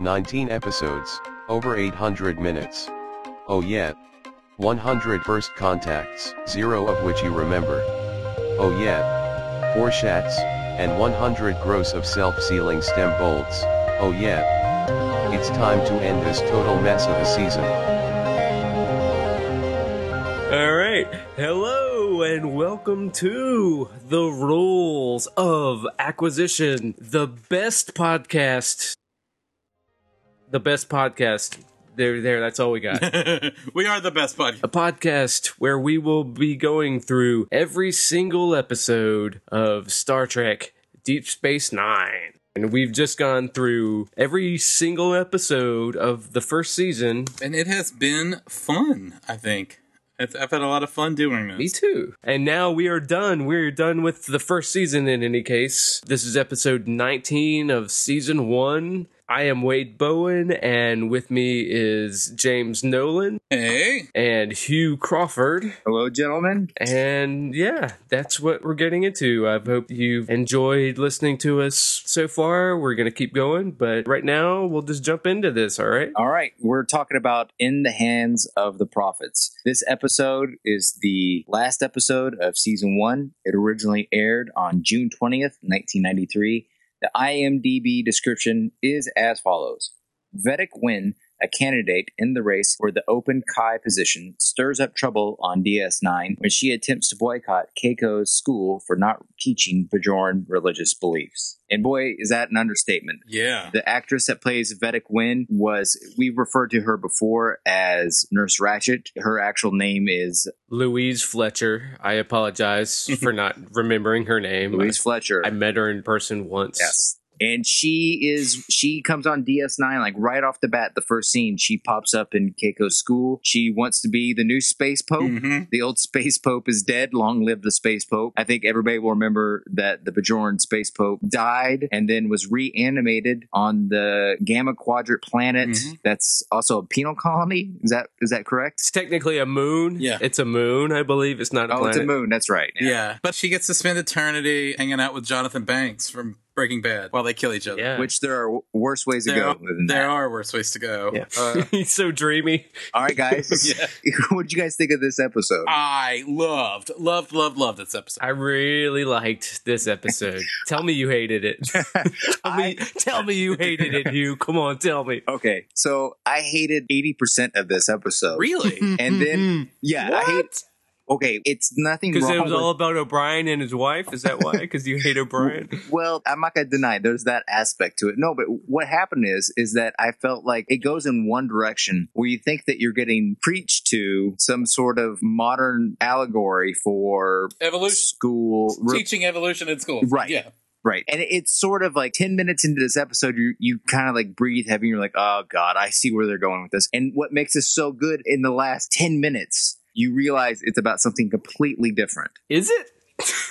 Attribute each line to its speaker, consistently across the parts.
Speaker 1: 19 episodes, over 800 minutes. Oh yeah. 100 first contacts, zero of which you remember. Oh yeah. 4 shats, and 100 gross of self-sealing stem bolts, oh yeah. It's time to end this total mess of a season.
Speaker 2: All right. Hello and welcome to The Rules of Acquisition, the best podcast. The best podcast. There there, that's all we got.
Speaker 3: we are the best podcast.
Speaker 2: a podcast where we will be going through every single episode of Star Trek Deep Space 9. And we've just gone through every single episode of the first season.
Speaker 3: And it has been fun, I think. It's, I've had a lot of fun doing this.
Speaker 2: Me too. And now we are done. We're done with the first season in any case. This is episode 19 of season 1. I am Wade Bowen and with me is James Nolan
Speaker 3: Hey,
Speaker 2: and Hugh Crawford.
Speaker 4: Hello, gentlemen.
Speaker 2: And yeah, that's what we're getting into. I hope you've enjoyed listening to us so far. We're going to keep going, but right now we'll just jump into this, all right?
Speaker 4: All right, we're talking about In the Hands of the Prophets. This episode is the last episode of season one. It originally aired on June 20th, 1993. The IMDb description is as follows Vedic Wynn, a candidate in the race for the open Kai position, stirs up trouble on DS9 when she attempts to boycott Keiko's school for not teaching Bajoran religious beliefs. And boy, is that an understatement.
Speaker 3: yeah.
Speaker 4: The actress that plays Vedic Wynn was, we referred to her before as Nurse Ratchet. Her actual name is
Speaker 2: Louise Fletcher. I apologize for not remembering her name.
Speaker 4: Louise Fletcher.
Speaker 2: I met her in person once.
Speaker 4: yes. And she is, she comes on DS9 like right off the bat. The first scene, she pops up in Keiko's school. She wants to be the new space pope.
Speaker 3: Mhm.
Speaker 4: The old space pope is dead. Long live the space pope. I think everybody will remember that the Bajoran space pope died and then was reanimated on the Gamma Quadrant planet.
Speaker 2: Mm-hmm.
Speaker 3: Mhm.
Speaker 4: That's also a penal colony. Is that is that correct?
Speaker 2: It's technically a moon.
Speaker 3: Yeah.
Speaker 2: It's a moon, I believe. It's not a
Speaker 4: Oh,
Speaker 2: planet.
Speaker 4: it's a moon. That's right.
Speaker 3: yeah. But she gets to spend eternity hanging out with Jonathan Banks from Breaking Bad while they kill each other.
Speaker 2: Yeah.
Speaker 4: Which there are w- worse ways to
Speaker 3: There,
Speaker 4: go
Speaker 3: are,
Speaker 4: than
Speaker 3: there
Speaker 4: that.
Speaker 3: are worse ways to go.
Speaker 4: Yeah.
Speaker 3: Uh,
Speaker 2: He's so dreamy.
Speaker 4: All right, guys.
Speaker 3: Yeah.
Speaker 4: what did you guys think of this episode?
Speaker 3: I loved, loved, loved, loved this episode.
Speaker 2: I really liked this episode. tell me you hated it. tell, me, tell me you hated it, you. Come on, tell me.
Speaker 4: okay, so I hated eighty percent of this episode.
Speaker 3: Really?
Speaker 4: And then, yeah, I hate.
Speaker 2: Mm-hmm. What?
Speaker 4: Okay, it's nothing
Speaker 2: Because
Speaker 4: wrong.
Speaker 2: it was
Speaker 4: with-
Speaker 2: all about O'Brien and his wife. Is that why? Because you hate O'Brien.
Speaker 4: Well, I'm not gonna deny there's that aspect to it. No, but what happened is is that I felt like it goes in one direction where you think that you're getting preached to some sort of modern allegory for
Speaker 3: evolution.
Speaker 4: school re-
Speaker 3: Teaching evolution in school.
Speaker 4: Right.
Speaker 3: Yeah.
Speaker 4: right and it's sort of like 10 minutes into this episode you you kind of like breathe heavy and you're like oh god i see where they're going with this and what makes this so good in the last 10 minutes you realize it's about something completely different
Speaker 2: Is it?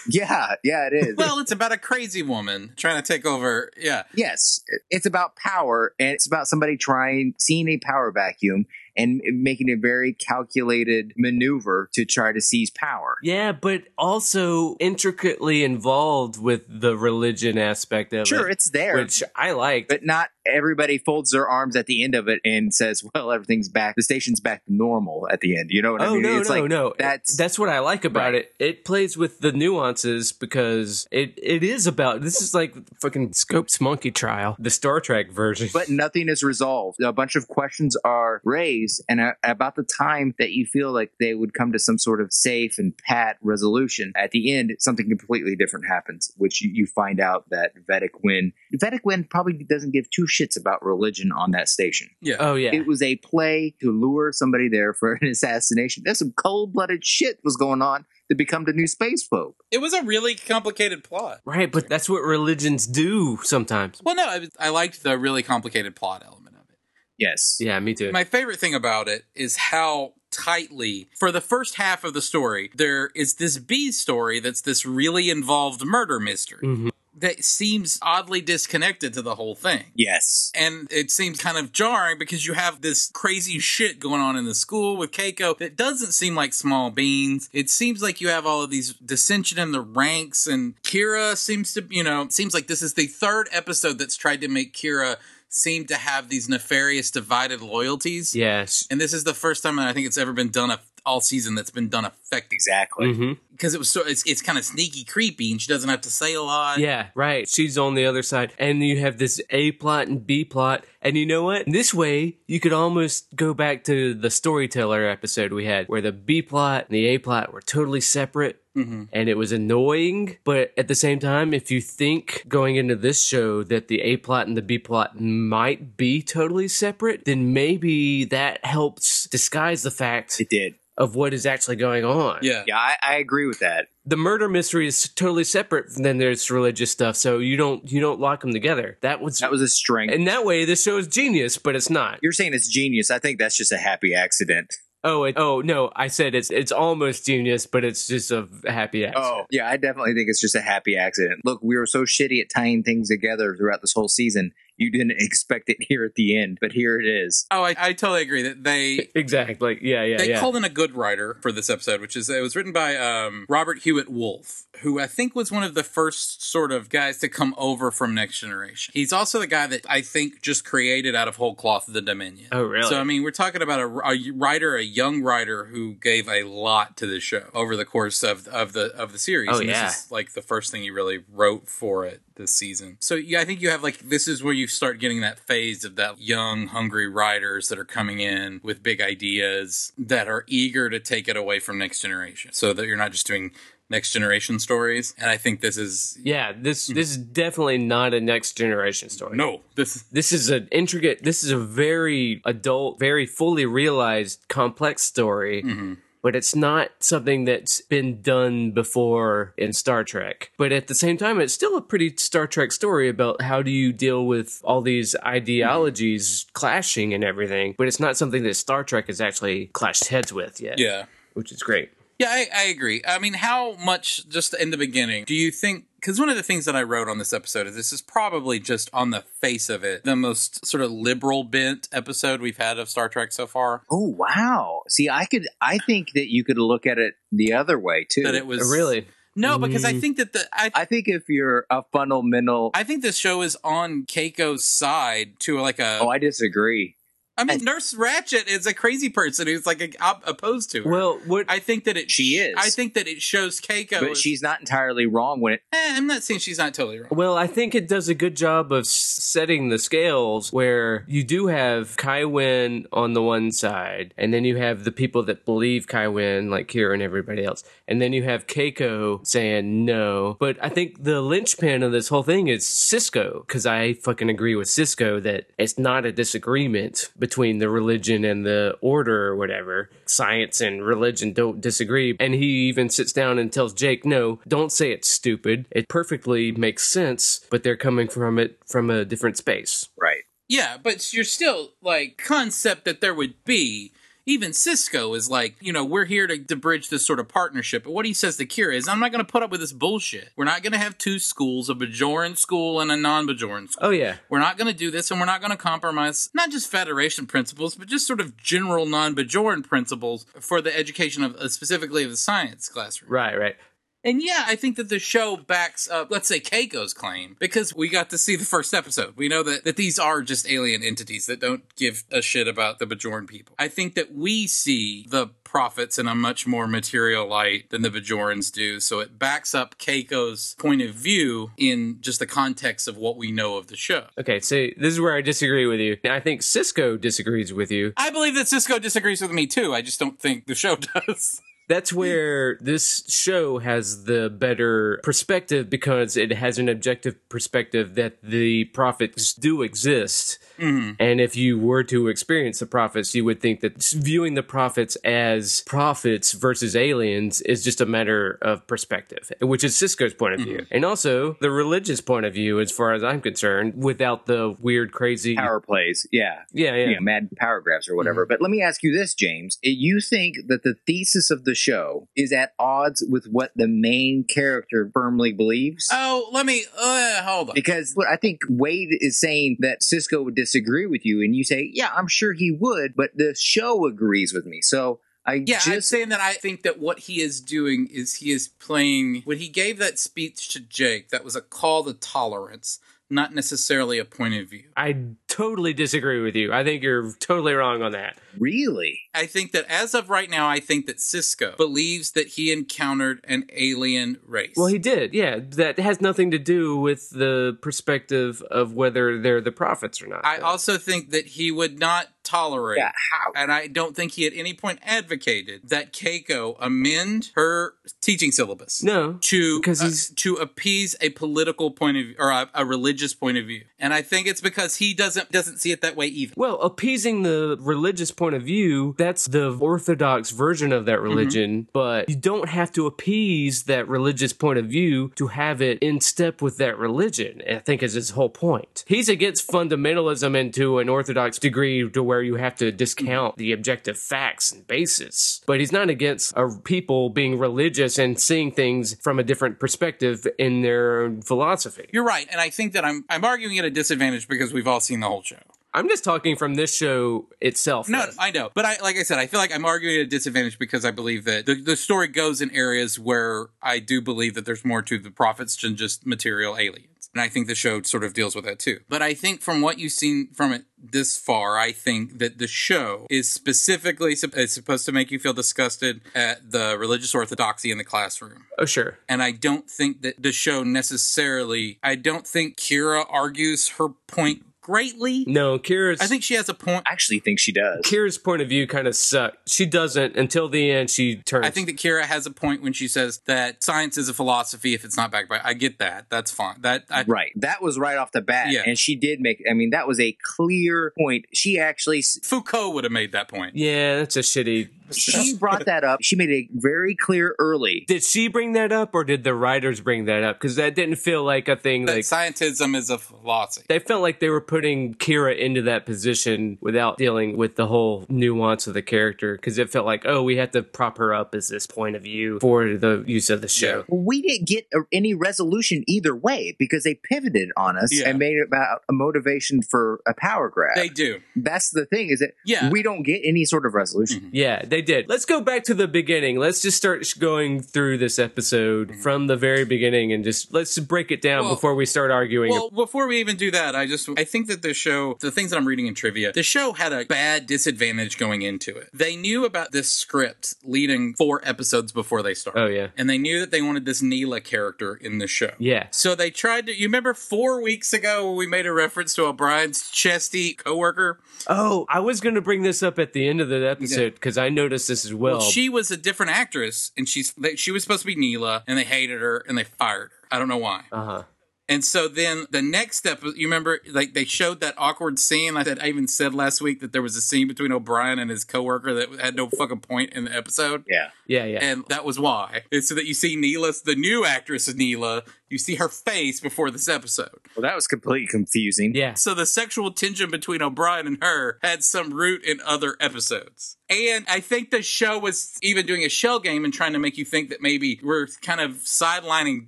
Speaker 4: yeah yeah it is
Speaker 3: Well, it's about a crazy woman trying to take over. Yeah.
Speaker 4: Yes, it's about power, and it's about somebody trying seeing a power vacuum and making a very calculated maneuver to try to seize power.
Speaker 2: Yeah, but also intricately involved with the religion aspect of
Speaker 4: Sure,
Speaker 2: it,
Speaker 4: it's there,
Speaker 2: which I liked.
Speaker 4: but not everybody folds their arms at the end of it and says, "Well, everything's back. The station's back to normal at the end." You know what I
Speaker 2: oh
Speaker 4: mean?
Speaker 2: no
Speaker 4: it's
Speaker 2: no
Speaker 4: like,
Speaker 2: no
Speaker 4: that's-
Speaker 2: that's what i like about
Speaker 4: Right.
Speaker 2: it it plays with the nuances because it it is about this is like fucking scopes monkey trial the star trek version
Speaker 4: But nothing is resolved. A bunch of questions are raised, and a- about the time that you feel like they would come to some sort of safe and pat resolution, at the end, something completely different happens, which you, you find out that Vedic Wynn, Vedic Wynn probably doesn't give two shits about religion on that station.
Speaker 3: Yeah.
Speaker 2: oh yeah
Speaker 4: It was a play to lure somebody there for an assassination. There's some cold blooded shit was going on to become the new space folk.
Speaker 3: it was a really complicated plot.
Speaker 2: right but that's what religions do sometimes
Speaker 3: Well, no, I, I liked the really complicated plot element of it.
Speaker 4: Yes.
Speaker 2: yeah me too
Speaker 3: My favorite thing about it is how tightly, for the first half of the story, there is this B story that's this really involved murder mystery
Speaker 2: Mhm.
Speaker 3: that seems oddly disconnected to the whole thing.
Speaker 4: Yes.
Speaker 3: And it seems kind of jarring because you have this crazy shit going on in the school with Keiko that doesn't seem like small beans. It seems like you have all of these dissension in the ranks, and Kira seems to, you know, seems like this is the third episode that's tried to make Kira seem to have these nefarious divided loyalties.
Speaker 2: Yes.
Speaker 3: And this is the first time that I think it's ever been done a, all season that's been done effectively
Speaker 4: Exactly.
Speaker 2: hmm
Speaker 3: because it was so it's, it's kind of sneaky creepy and she doesn't have to say a lot.
Speaker 2: Yeah, right. She's on the other side. And you have this A plot and B plot. And you know what? This way, you could almost go back to the storyteller episode we had where the B plot and the A plot were totally separate.
Speaker 3: Mhm.
Speaker 2: And it was annoying, but at the same time, if you think going into this show that the A plot and the B plot might be totally separate, then maybe that helps disguise the fact
Speaker 4: It did.
Speaker 2: of what is actually going on
Speaker 3: Yeah.
Speaker 4: Yeah, I, I agree with that.
Speaker 2: the murder mystery is totally separate than there's religious stuff so you don't you don't lock them together that was,
Speaker 4: That was a strength.
Speaker 2: in that way this show is genius but it's not
Speaker 4: You're saying it's genius. I think that's just a happy accident.
Speaker 2: oh it, oh no i said it's it's almost genius but it's just a happy ass
Speaker 4: Oh, yeah, I definitely think it's just a happy accident. Look, we were so shitty at tying things together throughout this whole season. You didn't expect it here at the end, but here it is.
Speaker 3: Oh, I, I totally agree that they
Speaker 2: exactly yeah yeah
Speaker 3: they
Speaker 2: yeah
Speaker 3: called in a good writer for this episode, which is it was written by um, Robert Hewitt Wolf, who I think was one of the first sort of guys to come over from Next Generation. He's also the guy that I think just created out of whole cloth the Dominion.
Speaker 2: Oh, really?
Speaker 3: So I mean, we're talking about a, a writer, a young writer who gave a lot to the show over the course of of the of the series.
Speaker 2: Oh,
Speaker 3: And
Speaker 2: yeah.
Speaker 3: This is like the first thing he really wrote for it this season. So yeah, I think you have like this is where you start getting that phase of that young, hungry writers that are coming in with big ideas that are eager to take it away from Next Generation, so that you're not just doing Next Generation stories. And I think this is
Speaker 2: yeah this this is definitely not a next generation story
Speaker 3: Hmm. no, this
Speaker 2: this is an intricate this is a very adult very fully realized complex story
Speaker 3: Mm-hmm.
Speaker 2: but it's not something that's been done before in star trek but at the same time it's still a pretty star trek story about how do you deal with all these
Speaker 3: Mm-hmm.
Speaker 2: ideologies clashing and everything but it's not something that star trek has actually clashed heads with yet
Speaker 3: yeah.
Speaker 2: which is great
Speaker 3: Yeah, I, I agree. I mean, how much just in the beginning do you think? Because one of the things that I wrote on this episode is this is probably just on the face of it the most sort of liberal bent episode we've had of Star Trek so far.
Speaker 4: Oh, wow. See, I could, I think that you could look at it the other way too.
Speaker 3: That it was
Speaker 2: really
Speaker 3: no, because
Speaker 4: Mm.
Speaker 3: I think that the I.
Speaker 4: I think if you're a fundamental,
Speaker 3: I think this show is on Keiko's side to like a.
Speaker 4: oh, I disagree.
Speaker 3: I mean, Nurse Ratchet is a crazy person who's like a, op- opposed to her.
Speaker 2: well what
Speaker 3: I think that it.
Speaker 4: She is.
Speaker 3: I think that it shows Keiko.
Speaker 4: But
Speaker 3: as-
Speaker 4: she's not entirely wrong when it.
Speaker 3: Eh, I'm not saying she's not totally wrong.
Speaker 2: Well, I think it does a good job of s- setting the scales where you do have Kai Wen on the one side, and then you have the people that believe Kai Wen, like Kira and everybody else, and then you have Keiko saying no. But I think the linchpin of this whole thing is Cisco, because I fucking agree with Cisco that it's not a disagreement between the religion and the order or whatever. Science and religion don't disagree. And he even sits down and tells Jake, no, don't say it's stupid. It perfectly makes sense, but they're coming from it from a different space.
Speaker 4: Right.
Speaker 3: Yeah, but you're still like concept that there would be. Even Cisco is like, you know, we're here to, to bridge this sort of partnership. But what he says to Kira is, I'm not going to put up with this bullshit. We're not going to have two schools, a Bajoran school and a non Bajoran school.
Speaker 2: Oh, yeah.
Speaker 3: We're not going to do this, and we're not going to compromise not just Federation principles, but just sort of general non Bajoran principles for the education of uh, specifically of the science classroom.
Speaker 2: Right, right.
Speaker 3: And yeah, I think that the show backs up, let's say, Keiko's claim, because we got to see the first episode. We know that, that these are just alien entities that don't give a shit about the Bajoran people. I think that we see the prophets in a much more material light than the Bajorans do, so it backs up Keiko's point of view in just the context of what we know of the show.
Speaker 2: Okay, so this is where I disagree with you. I think Cisco disagrees with you.
Speaker 3: I believe that Cisco disagrees with me too. I just don't think the show does.
Speaker 2: That's where this show has the better perspective because it has an objective perspective that the prophets do exist. And if you were to experience the prophets, you would think that s- viewing the prophets as prophets versus aliens is just a matter of perspective, which is Cisco's point of view. And also the religious point of view, as far as I'm concerned, without the weird, crazy.
Speaker 4: Power plays. Yeah.
Speaker 2: Yeah, yeah.
Speaker 4: you know, mad paragraphs or whatever.
Speaker 3: Mm-hmm.
Speaker 4: But let me ask you this, James. You think that the thesis of the show is at odds with what the main character firmly believes?
Speaker 3: Oh, let me, uh, hold on.
Speaker 4: because what I think Wade is saying that Cisco would disagree with you, and you say, "Yeah, I'm sure he would," but the show agrees with me. So I
Speaker 3: Yeah, I'm
Speaker 4: just
Speaker 3: saying that I think that what he is doing is he is playing when he gave that speech to Jake. That was a call to tolerance, not necessarily a point of view.
Speaker 2: I totally disagree with you. I think you're totally wrong on that.
Speaker 4: Really?
Speaker 3: I think that as of right now, I think that Cisco believes that he encountered an alien race.
Speaker 2: Well, he did. Yeah, that has nothing to do with the perspective of whether they're the prophets or not.
Speaker 3: I also think that he would not tolerate,
Speaker 4: Yeah, how?
Speaker 3: and I don't think he at any point advocated that Keiko amend her teaching syllabus.
Speaker 2: no,
Speaker 3: To
Speaker 2: Because
Speaker 3: uh,
Speaker 2: he's-
Speaker 3: to appease a political point of view or a, a religious point of view, and I think it's because he doesn't doesn't see it that way either.
Speaker 2: Well, appeasing the religious point of view, that's the orthodox version of
Speaker 3: Mm-hmm.
Speaker 2: that religion, but you don't have to appease that religious point of view to have it in step with that religion, I think is his whole point. He's against fundamentalism into an orthodox degree to where you have to discount the objective facts and basis, but he's not against a people being religious and seeing things from a different perspective in their own philosophy.
Speaker 3: You're right, and I think that I'm I'm arguing at a disadvantage because we've all seen the whole show.
Speaker 2: I'm just talking from this show itself.
Speaker 3: No,
Speaker 2: though.
Speaker 3: I know, but I like I said, I feel like I'm arguing at a disadvantage because I believe that the, the story goes in areas where I do believe that there's more to the prophets than just material aliens, and I think the show sort of deals with that too. But I think from what you've seen from it this far, I think that the show is specifically sup- is supposed to make you feel disgusted at the religious orthodoxy in the classroom.
Speaker 2: Oh, sure.
Speaker 3: And I don't think that the show necessarily. I don't think Kira argues her point greatly.
Speaker 2: No, Kira's.
Speaker 3: I think she has a point.
Speaker 4: I actually think she does.
Speaker 2: Kira's point of view kind of sucked. She doesn't until the end. She turns.
Speaker 3: I think that Kira has a point when she says that science is a philosophy if it's not backed by. I get that. That's fine. That I,
Speaker 4: Right. That was right off the bat.
Speaker 3: Yeah.
Speaker 4: And she did make, I mean, that was a clear point. She actually, s-
Speaker 3: Foucault would have made that point.
Speaker 2: Yeah, that's a shitty.
Speaker 4: she brought that up. She made it very clear early.
Speaker 2: Did she bring that up, or did the writers bring that up? Because that didn't feel like a thing.
Speaker 3: That
Speaker 2: Like
Speaker 3: scientism is a philosophy.
Speaker 2: they felt like they were putting Kira into that position without dealing with the whole nuance of the character. Because it felt like, oh, we have to prop her up as this point of view for the use of the show.
Speaker 4: Well, we didn't get a, any resolution either way because they pivoted on us
Speaker 3: Yeah.
Speaker 4: and made it about a motivation for a power grab.
Speaker 3: They do.
Speaker 4: That's the thing is that
Speaker 3: Yeah. Mm-hmm.
Speaker 4: we don't get any sort of resolution.
Speaker 2: Yeah, they did. Let's go back to the beginning. Let's just start sh- going through this episode from the very beginning and just let's break it down
Speaker 3: Mm-hmm. Well-
Speaker 2: before we start arguing.
Speaker 3: Well, before we even do that, I just I think that the show, the things that I'm reading in trivia, the show had a bad disadvantage going into it. They knew about this script leading four episodes before they started.
Speaker 2: oh yeah.
Speaker 3: And they knew that they wanted this Neela character in the show.
Speaker 2: Yeah.
Speaker 3: So they tried to. You remember four weeks ago when we made a reference to O'Brien's chesty coworker?
Speaker 2: Oh, I was going to bring this up at the end of the episode because I noticed this as well.
Speaker 3: Well, she was a different actress, and she's they, she was supposed to be Neela, and they hated her and they fired her. I don't know why.
Speaker 2: uh huh.
Speaker 3: And so then the next step, was- you remember, like they showed that awkward scene. I said I even said last week that there was a scene between O'Brien and his coworker that had no fucking point in the episode.
Speaker 4: Yeah.
Speaker 2: Yeah, yeah.
Speaker 3: And that was why. It's so that you see Neela, the new actress of Neela, you see her face before this episode.
Speaker 4: Well, that was completely confusing.
Speaker 2: yeah.
Speaker 3: So the sexual tension between O'Brien and her had some root in other episodes. And I think the show was even doing a shell game and trying to make you think that maybe we're kind of sidelining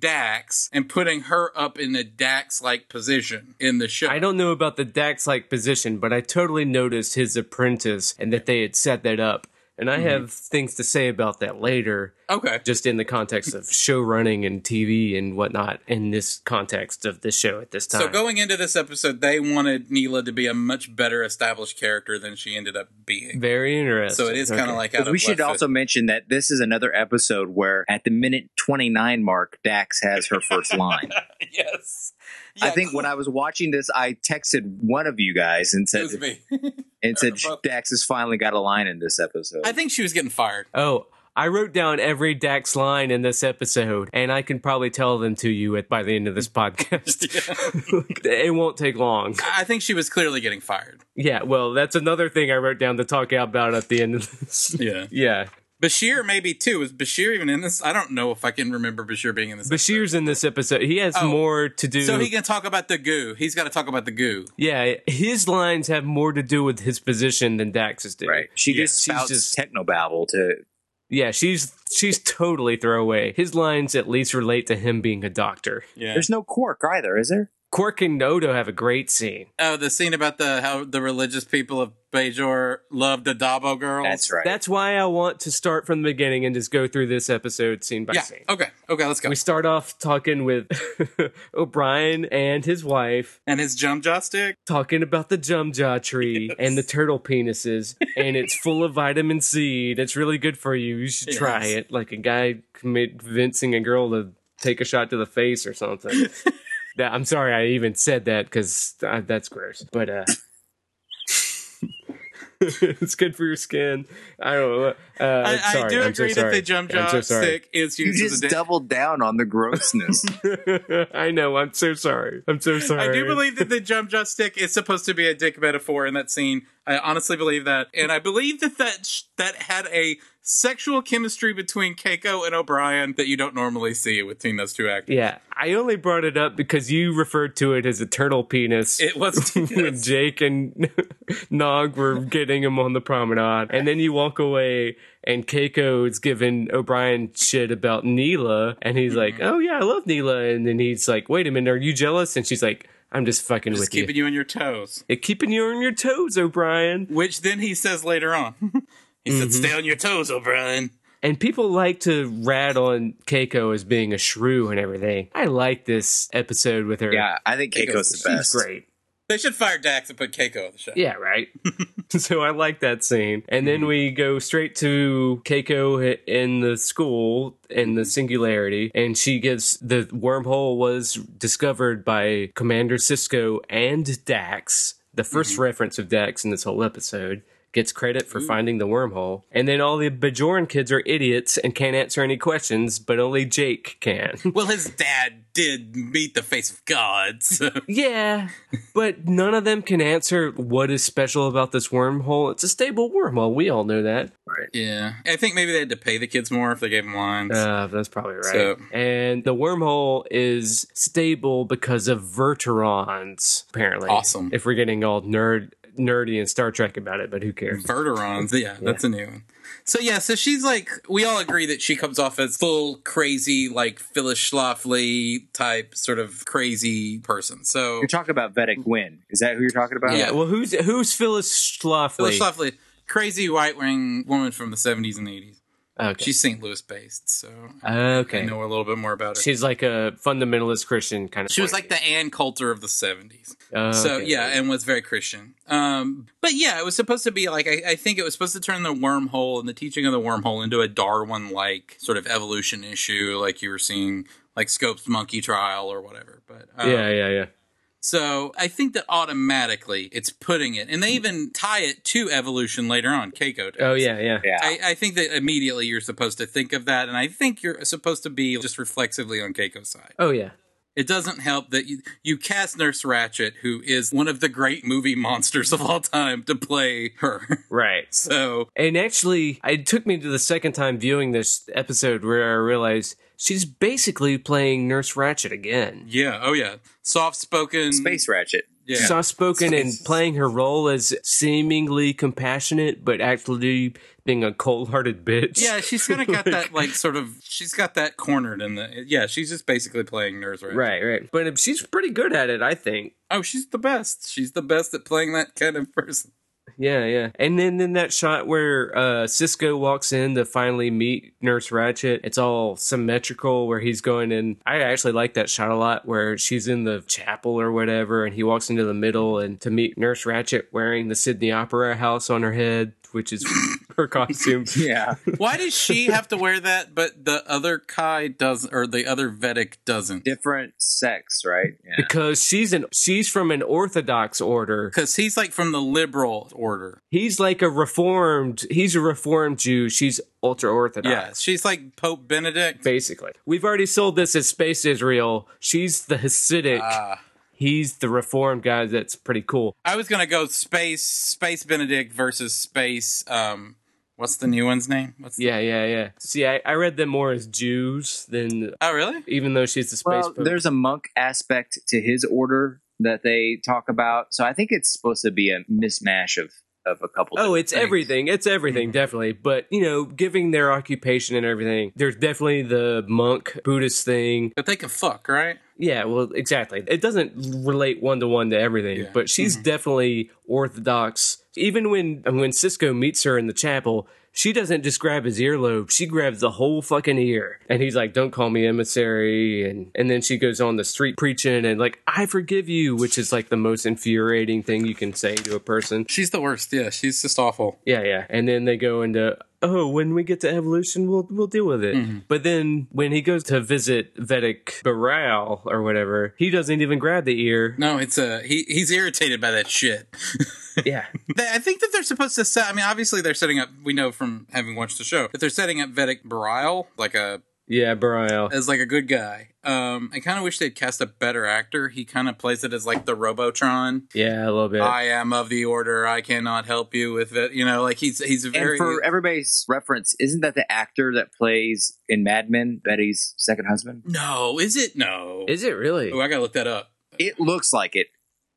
Speaker 3: Dax and putting her up in a Dax like position in the show.
Speaker 2: I don't know about the Dax like position, but I totally noticed his apprentice and that they had set that up. And
Speaker 3: Mm-hmm.
Speaker 2: I have things to say about that later,
Speaker 3: Okay.
Speaker 2: just in the context of show running and TV and whatnot, in this context of this show at this time.
Speaker 3: So going into this episode, they wanted Neela to be a much better established character than she ended up being.
Speaker 2: Very interesting.
Speaker 3: So it is kind
Speaker 2: Okay.
Speaker 3: of like out
Speaker 4: Because
Speaker 3: of
Speaker 4: we should
Speaker 3: left
Speaker 4: also mention that this is another episode where, at the minute 29 mark, Dax has her first line.
Speaker 3: field. yes.
Speaker 4: I think when I was watching this, I texted one of you guys and
Speaker 3: it
Speaker 4: said,
Speaker 3: was me.
Speaker 4: and said
Speaker 3: both.
Speaker 4: Dax has finally got a line in this episode.
Speaker 3: I think she was getting fired.
Speaker 2: Oh, I wrote down every Dax line in this episode, and I can probably tell them to you at, by the end of this podcast. it won't take long.
Speaker 3: I think she was clearly getting fired.
Speaker 2: Yeah, well, that's another thing I wrote down to talk about at the end of this.
Speaker 3: Yeah.
Speaker 2: Yeah.
Speaker 3: Bashir maybe too. Is Bashir even in this? I don't know if I can remember Bashir being in this.
Speaker 2: Bashir's in this episode. He has
Speaker 3: Oh.
Speaker 2: more to do.
Speaker 3: So he can talk about the goo. He's got to talk about the goo.
Speaker 2: yeah, his lines have more to do with his position than Dax's did.
Speaker 4: right. She
Speaker 3: Yeah,
Speaker 4: just
Speaker 2: she's
Speaker 4: spouts
Speaker 2: just-
Speaker 4: technobabble to
Speaker 2: Yeah, she's she's totally throwaway. His lines at least relate to him being a doctor.
Speaker 3: Yeah.
Speaker 4: There's no quark either, is there?
Speaker 2: Quark and Nodo have a great scene.
Speaker 3: Oh, the scene about the how the religious people of Bajor love the Dabo girls.
Speaker 4: That's right.
Speaker 2: That's why I want to start from the beginning and just go through this episode scene by
Speaker 3: Yeah. Oh,
Speaker 2: scene.
Speaker 3: Okay. Okay. Let's go.
Speaker 2: We start off talking with O'Brien and his wife,
Speaker 3: and his jump jaw stick.
Speaker 2: talking about the Jumja tree and the turtle penises, and it's full of vitamin C. That's really good for you. You should try
Speaker 3: Yes.
Speaker 2: it. Like a guy convincing a girl to take a shot to the face or something. that, I'm sorry I even said that because that's gross. But uh, it's good for your skin. I don't know. Uh,
Speaker 3: I, I
Speaker 2: sorry.
Speaker 3: do
Speaker 2: I'm so
Speaker 3: agree that
Speaker 2: sorry.
Speaker 3: the jump
Speaker 2: I'm
Speaker 3: jaw
Speaker 2: so sorry.
Speaker 3: stick is
Speaker 4: You
Speaker 3: used
Speaker 4: just
Speaker 3: as a dick.
Speaker 4: doubled down on the grossness.
Speaker 2: I know. I'm so sorry. I'm so sorry.
Speaker 3: I do believe that the jump jaw stick is supposed to be a dick metaphor in that scene. I honestly believe that, and I believe that that sh- that had a sexual chemistry between Keiko and O'Brien that you don't normally see between those two actors.
Speaker 2: Yeah, I only brought it up because you referred to it as a turtle penis.
Speaker 3: It was
Speaker 2: when Jake and Nog were getting him on the promenade, and then you walk away, and Keiko's giving O'Brien shit about Neela, and he's like,
Speaker 3: Mm-hmm.
Speaker 2: "Oh yeah, I love Neela," and then he's like, "Wait a minute, are you jealous?" And she's like, "I'm just fucking
Speaker 3: just
Speaker 2: with
Speaker 3: keeping
Speaker 2: you,
Speaker 3: you on your toes.
Speaker 2: It keeping you on your toes, O'Brien."
Speaker 3: Which then he says later on. he
Speaker 2: Mm-hmm.
Speaker 3: said, Stay on your toes, O'Brien.
Speaker 2: And people like to rat on Keiko as being a shrew and everything. I like this episode with her.
Speaker 4: yeah, I think Keiko's the
Speaker 2: she's
Speaker 4: best.
Speaker 2: great.
Speaker 3: They should fire Dax and put Keiko on the show.
Speaker 2: Yeah, right. so I like that scene. And then we go straight to Keiko h- in the school in the singularity and she gives the wormhole was discovered by Commander Cisco and Dax. The 1st reference of Dax in this whole episode gets credit for finding the wormhole. And then all the Bajoran kids are idiots and can't answer any questions, but only Jake can.
Speaker 3: Well, his dad did meet the face of God, so
Speaker 2: Yeah, but none of them can answer what is special about this wormhole. It's a stable wormhole. We all know that.
Speaker 3: yeah. I think maybe they had to pay the kids more if they gave them lines.
Speaker 2: Uh, that's probably right.
Speaker 3: So-
Speaker 2: And the wormhole is stable because of verterons, apparently.
Speaker 3: Awesome.
Speaker 2: If we're getting all nerd nerdy and Star Trek about it, but who cares?
Speaker 3: Verterons, yeah, that's a new one. So yeah, so she's like, we all agree that she comes off as full crazy, like Phyllis Schlafly type sort of crazy person. So
Speaker 4: You're talking about Vedic Win. Is that who you're talking about?
Speaker 3: Yeah.
Speaker 2: Well, who's who's Phyllis Schlafly?
Speaker 3: Phyllis Schlafly, crazy white wing woman from the seventies and eighties.
Speaker 2: okay.
Speaker 3: She's St. Louis based, so Oh, I
Speaker 2: okay.
Speaker 3: know a little bit more about her.
Speaker 2: She's like a fundamentalist Christian kind of.
Speaker 3: She was
Speaker 2: point.
Speaker 3: like the Ann Coulter of the 70s.
Speaker 2: Oh,
Speaker 3: so,
Speaker 2: okay.
Speaker 3: yeah, and was very Christian. Um, but yeah, it was supposed to be like, I, I think it was supposed to turn the wormhole and the teaching of the wormhole into a Darwin like sort of evolution issue, like you were seeing, like Scope's monkey trial or whatever. But um,
Speaker 2: yeah, yeah, yeah.
Speaker 3: So I think that automatically it's putting it, and they even tie it to evolution later on. Keiko does.
Speaker 2: Oh, yeah, yeah.
Speaker 4: Yeah.
Speaker 3: I, I think that immediately you're supposed to think of that, and I think you're supposed to be just reflexively on Keiko's side
Speaker 2: Oh, yeah.
Speaker 3: it doesn't help that you, you cast Nurse Ratchet, who is one of the great movie monsters of all time, to play her.
Speaker 2: Right.
Speaker 3: So,
Speaker 2: And actually, it took me to the second time viewing this episode where I realized she's basically playing Nurse Ratchet again.
Speaker 3: yeah, oh yeah, soft spoken
Speaker 4: Space Ratchet.
Speaker 3: Yeah,
Speaker 2: Soft spoken and
Speaker 4: Space-
Speaker 2: playing her role as seemingly compassionate, but actually being a cold hearted bitch.
Speaker 3: yeah, she's kind of got that like sort of she's got that cornered in the yeah. She's just basically playing Nurse Ratchet.
Speaker 2: Right, right. But um, she's pretty good at it, I think.
Speaker 3: Oh, she's the best. She's the best at playing that kind of person.
Speaker 2: Yeah, yeah. And then in that shot where uh, Cisco walks in to finally meet Nurse Ratchet, it's all symmetrical where he's going in. I actually like that shot a lot where she's in the chapel or whatever, and he walks into the middle and to meet Nurse Ratchet wearing the Sydney Opera house on her head, which is her costume.
Speaker 4: Yeah.
Speaker 3: Why does she have to wear that, but the other Kai doesn't, or the other Vedic doesn't?
Speaker 4: Different sex, right? Yeah.
Speaker 2: Because she's an she's from an Orthodox order.
Speaker 3: Because he's like from the liberal order.
Speaker 2: He's like a reformed. He's a reformed Jew. She's ultra orthodox.
Speaker 3: Yeah, she's like Pope Benedict.
Speaker 2: basically. We've already sold this as Space Israel. She's the Hasidic.
Speaker 3: Ah.
Speaker 2: He's the reformed guy. That's pretty cool.
Speaker 3: I was gonna go space space Benedict versus space. Um, what's the new one's name? What's
Speaker 2: Yeah, yeah, yeah. See, I, I read them more as Jews than
Speaker 3: The, oh, really?
Speaker 2: even though she's the space.
Speaker 4: Well,
Speaker 2: pope.
Speaker 4: there's a monk aspect to his order that they talk about. So I think it's supposed to be a mismatch of, of a couple
Speaker 2: Oh,
Speaker 4: different
Speaker 2: it's
Speaker 4: things.
Speaker 2: everything. It's
Speaker 4: Mm-hmm.
Speaker 2: everything, definitely. But, you know, giving their occupation and everything, there's definitely the monk Buddhist thing.
Speaker 3: But they can fuck, right?
Speaker 2: Yeah, well, exactly. It doesn't relate one to one to everything,
Speaker 3: Yeah.
Speaker 2: but she's definitely orthodox. Even when and when Cisco meets her in the chapel, she doesn't just grab his earlobe; she grabs the whole fucking ear. And he's like, "Don't call me emissary," and and then she goes on the street preaching and like, "I forgive you," which is like the most infuriating thing you can say to a person.
Speaker 3: She's the worst. Yeah, she's just awful.
Speaker 2: Yeah, yeah. And then they go into oh, when we get to evolution, we'll we'll deal with it. But then when he goes to visit Vedic Baral or whatever, he doesn't even grab the ear.
Speaker 3: No, it's a he. He's irritated by that shit.
Speaker 2: yeah.
Speaker 3: They- I think that they're supposed to set. I mean, obviously they're setting up. We know from having watched the show that they're setting up Vedic Barile like a
Speaker 2: Yeah, Baral.
Speaker 3: as like a good guy. Um, I kind of wish they'd cast a better actor. He kind of plays it as like the Robotron.
Speaker 2: Yeah, a little bit.
Speaker 3: I am of the order. I cannot help you with it. You know, like he's he's
Speaker 4: And
Speaker 3: very
Speaker 4: for everybody's reference, isn't that the actor that plays in Mad Men, Betty's second husband?
Speaker 3: no. Is it no?
Speaker 2: Is it really?
Speaker 3: Oh, I gotta look that up.
Speaker 4: It looks like it.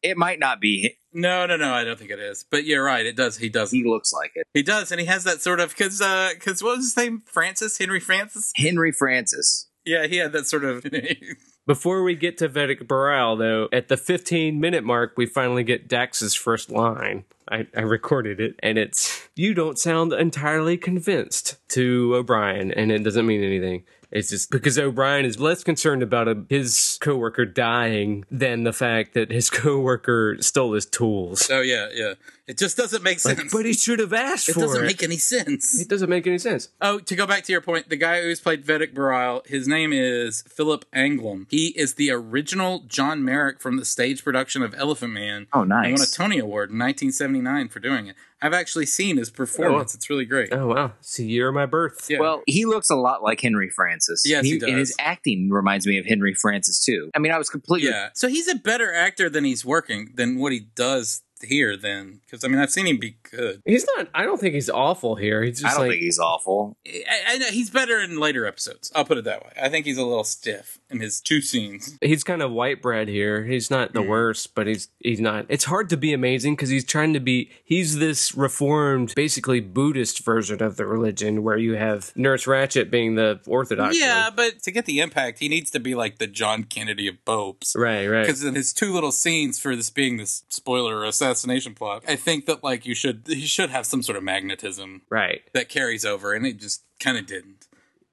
Speaker 4: It might not be. hi-
Speaker 3: No, no, no. I don't think it is. But you're right. It does. He does.
Speaker 4: He looks like it.
Speaker 3: He does, and he has that sort of because because what was his name? Francis Henry Francis.
Speaker 4: Henry Francis.
Speaker 3: Yeah, he had that sort of.
Speaker 2: Before we get to Vedic Baral, though, at the 15 minute mark, we finally get Dax's first line. I, I recorded it, and it's You don't sound entirely convinced to O'Brien, and it doesn't mean anything. It's just because O'Brien is less concerned about a, his coworker dying than the fact that his coworker stole his tools.
Speaker 3: oh yeah, yeah. It just doesn't make sense.
Speaker 2: But he should have asked
Speaker 3: it
Speaker 2: for
Speaker 3: doesn't
Speaker 2: it.
Speaker 3: make any sense.
Speaker 2: it doesn't make any sense.
Speaker 3: Oh, to go back to your point, the guy who's played Vedic Barile, his name is Philip Anglum. He is the original John Merrick from the stage production of Elephant Man.
Speaker 4: Oh,
Speaker 3: He won a
Speaker 4: nice.
Speaker 3: Tony Award in 1979 for doing it. I've actually seen his performance. It's really great.
Speaker 2: Oh, wow. It's the year of my birth.
Speaker 3: Yeah.
Speaker 4: Well, he looks a lot like Henry Francis.
Speaker 3: Yes, he does.
Speaker 4: And his acting reminds me of Henry Francis too. I mean, I was completely
Speaker 3: yeah. So he's a better actor than he's working than what he does here. Then because I mean I've seen him be good.
Speaker 2: He's not, I don't think he's awful here. He's
Speaker 4: I
Speaker 2: just
Speaker 4: don't
Speaker 2: like,
Speaker 4: think he's awful.
Speaker 3: I, I know he's better in later episodes. I'll put it that way. I think he's a little stiff in his two scenes.
Speaker 2: he's kind of white bread here. He's not the worst, but he's he's not. It's hard to be amazing because he's trying to be. He's this reformed, basically Buddhist version of the religion, where you have Nurse Ratchet being the orthodox.
Speaker 3: Yeah,
Speaker 2: one.
Speaker 3: but to get the impact, he needs to be like the John Kennedy of Bopes.
Speaker 2: right, right.
Speaker 3: because in his two little scenes for this being this spoiler or assassination plot, I think that like you should he should have some sort of magnetism
Speaker 2: Right.
Speaker 3: that carries over, and it just kind of didn't.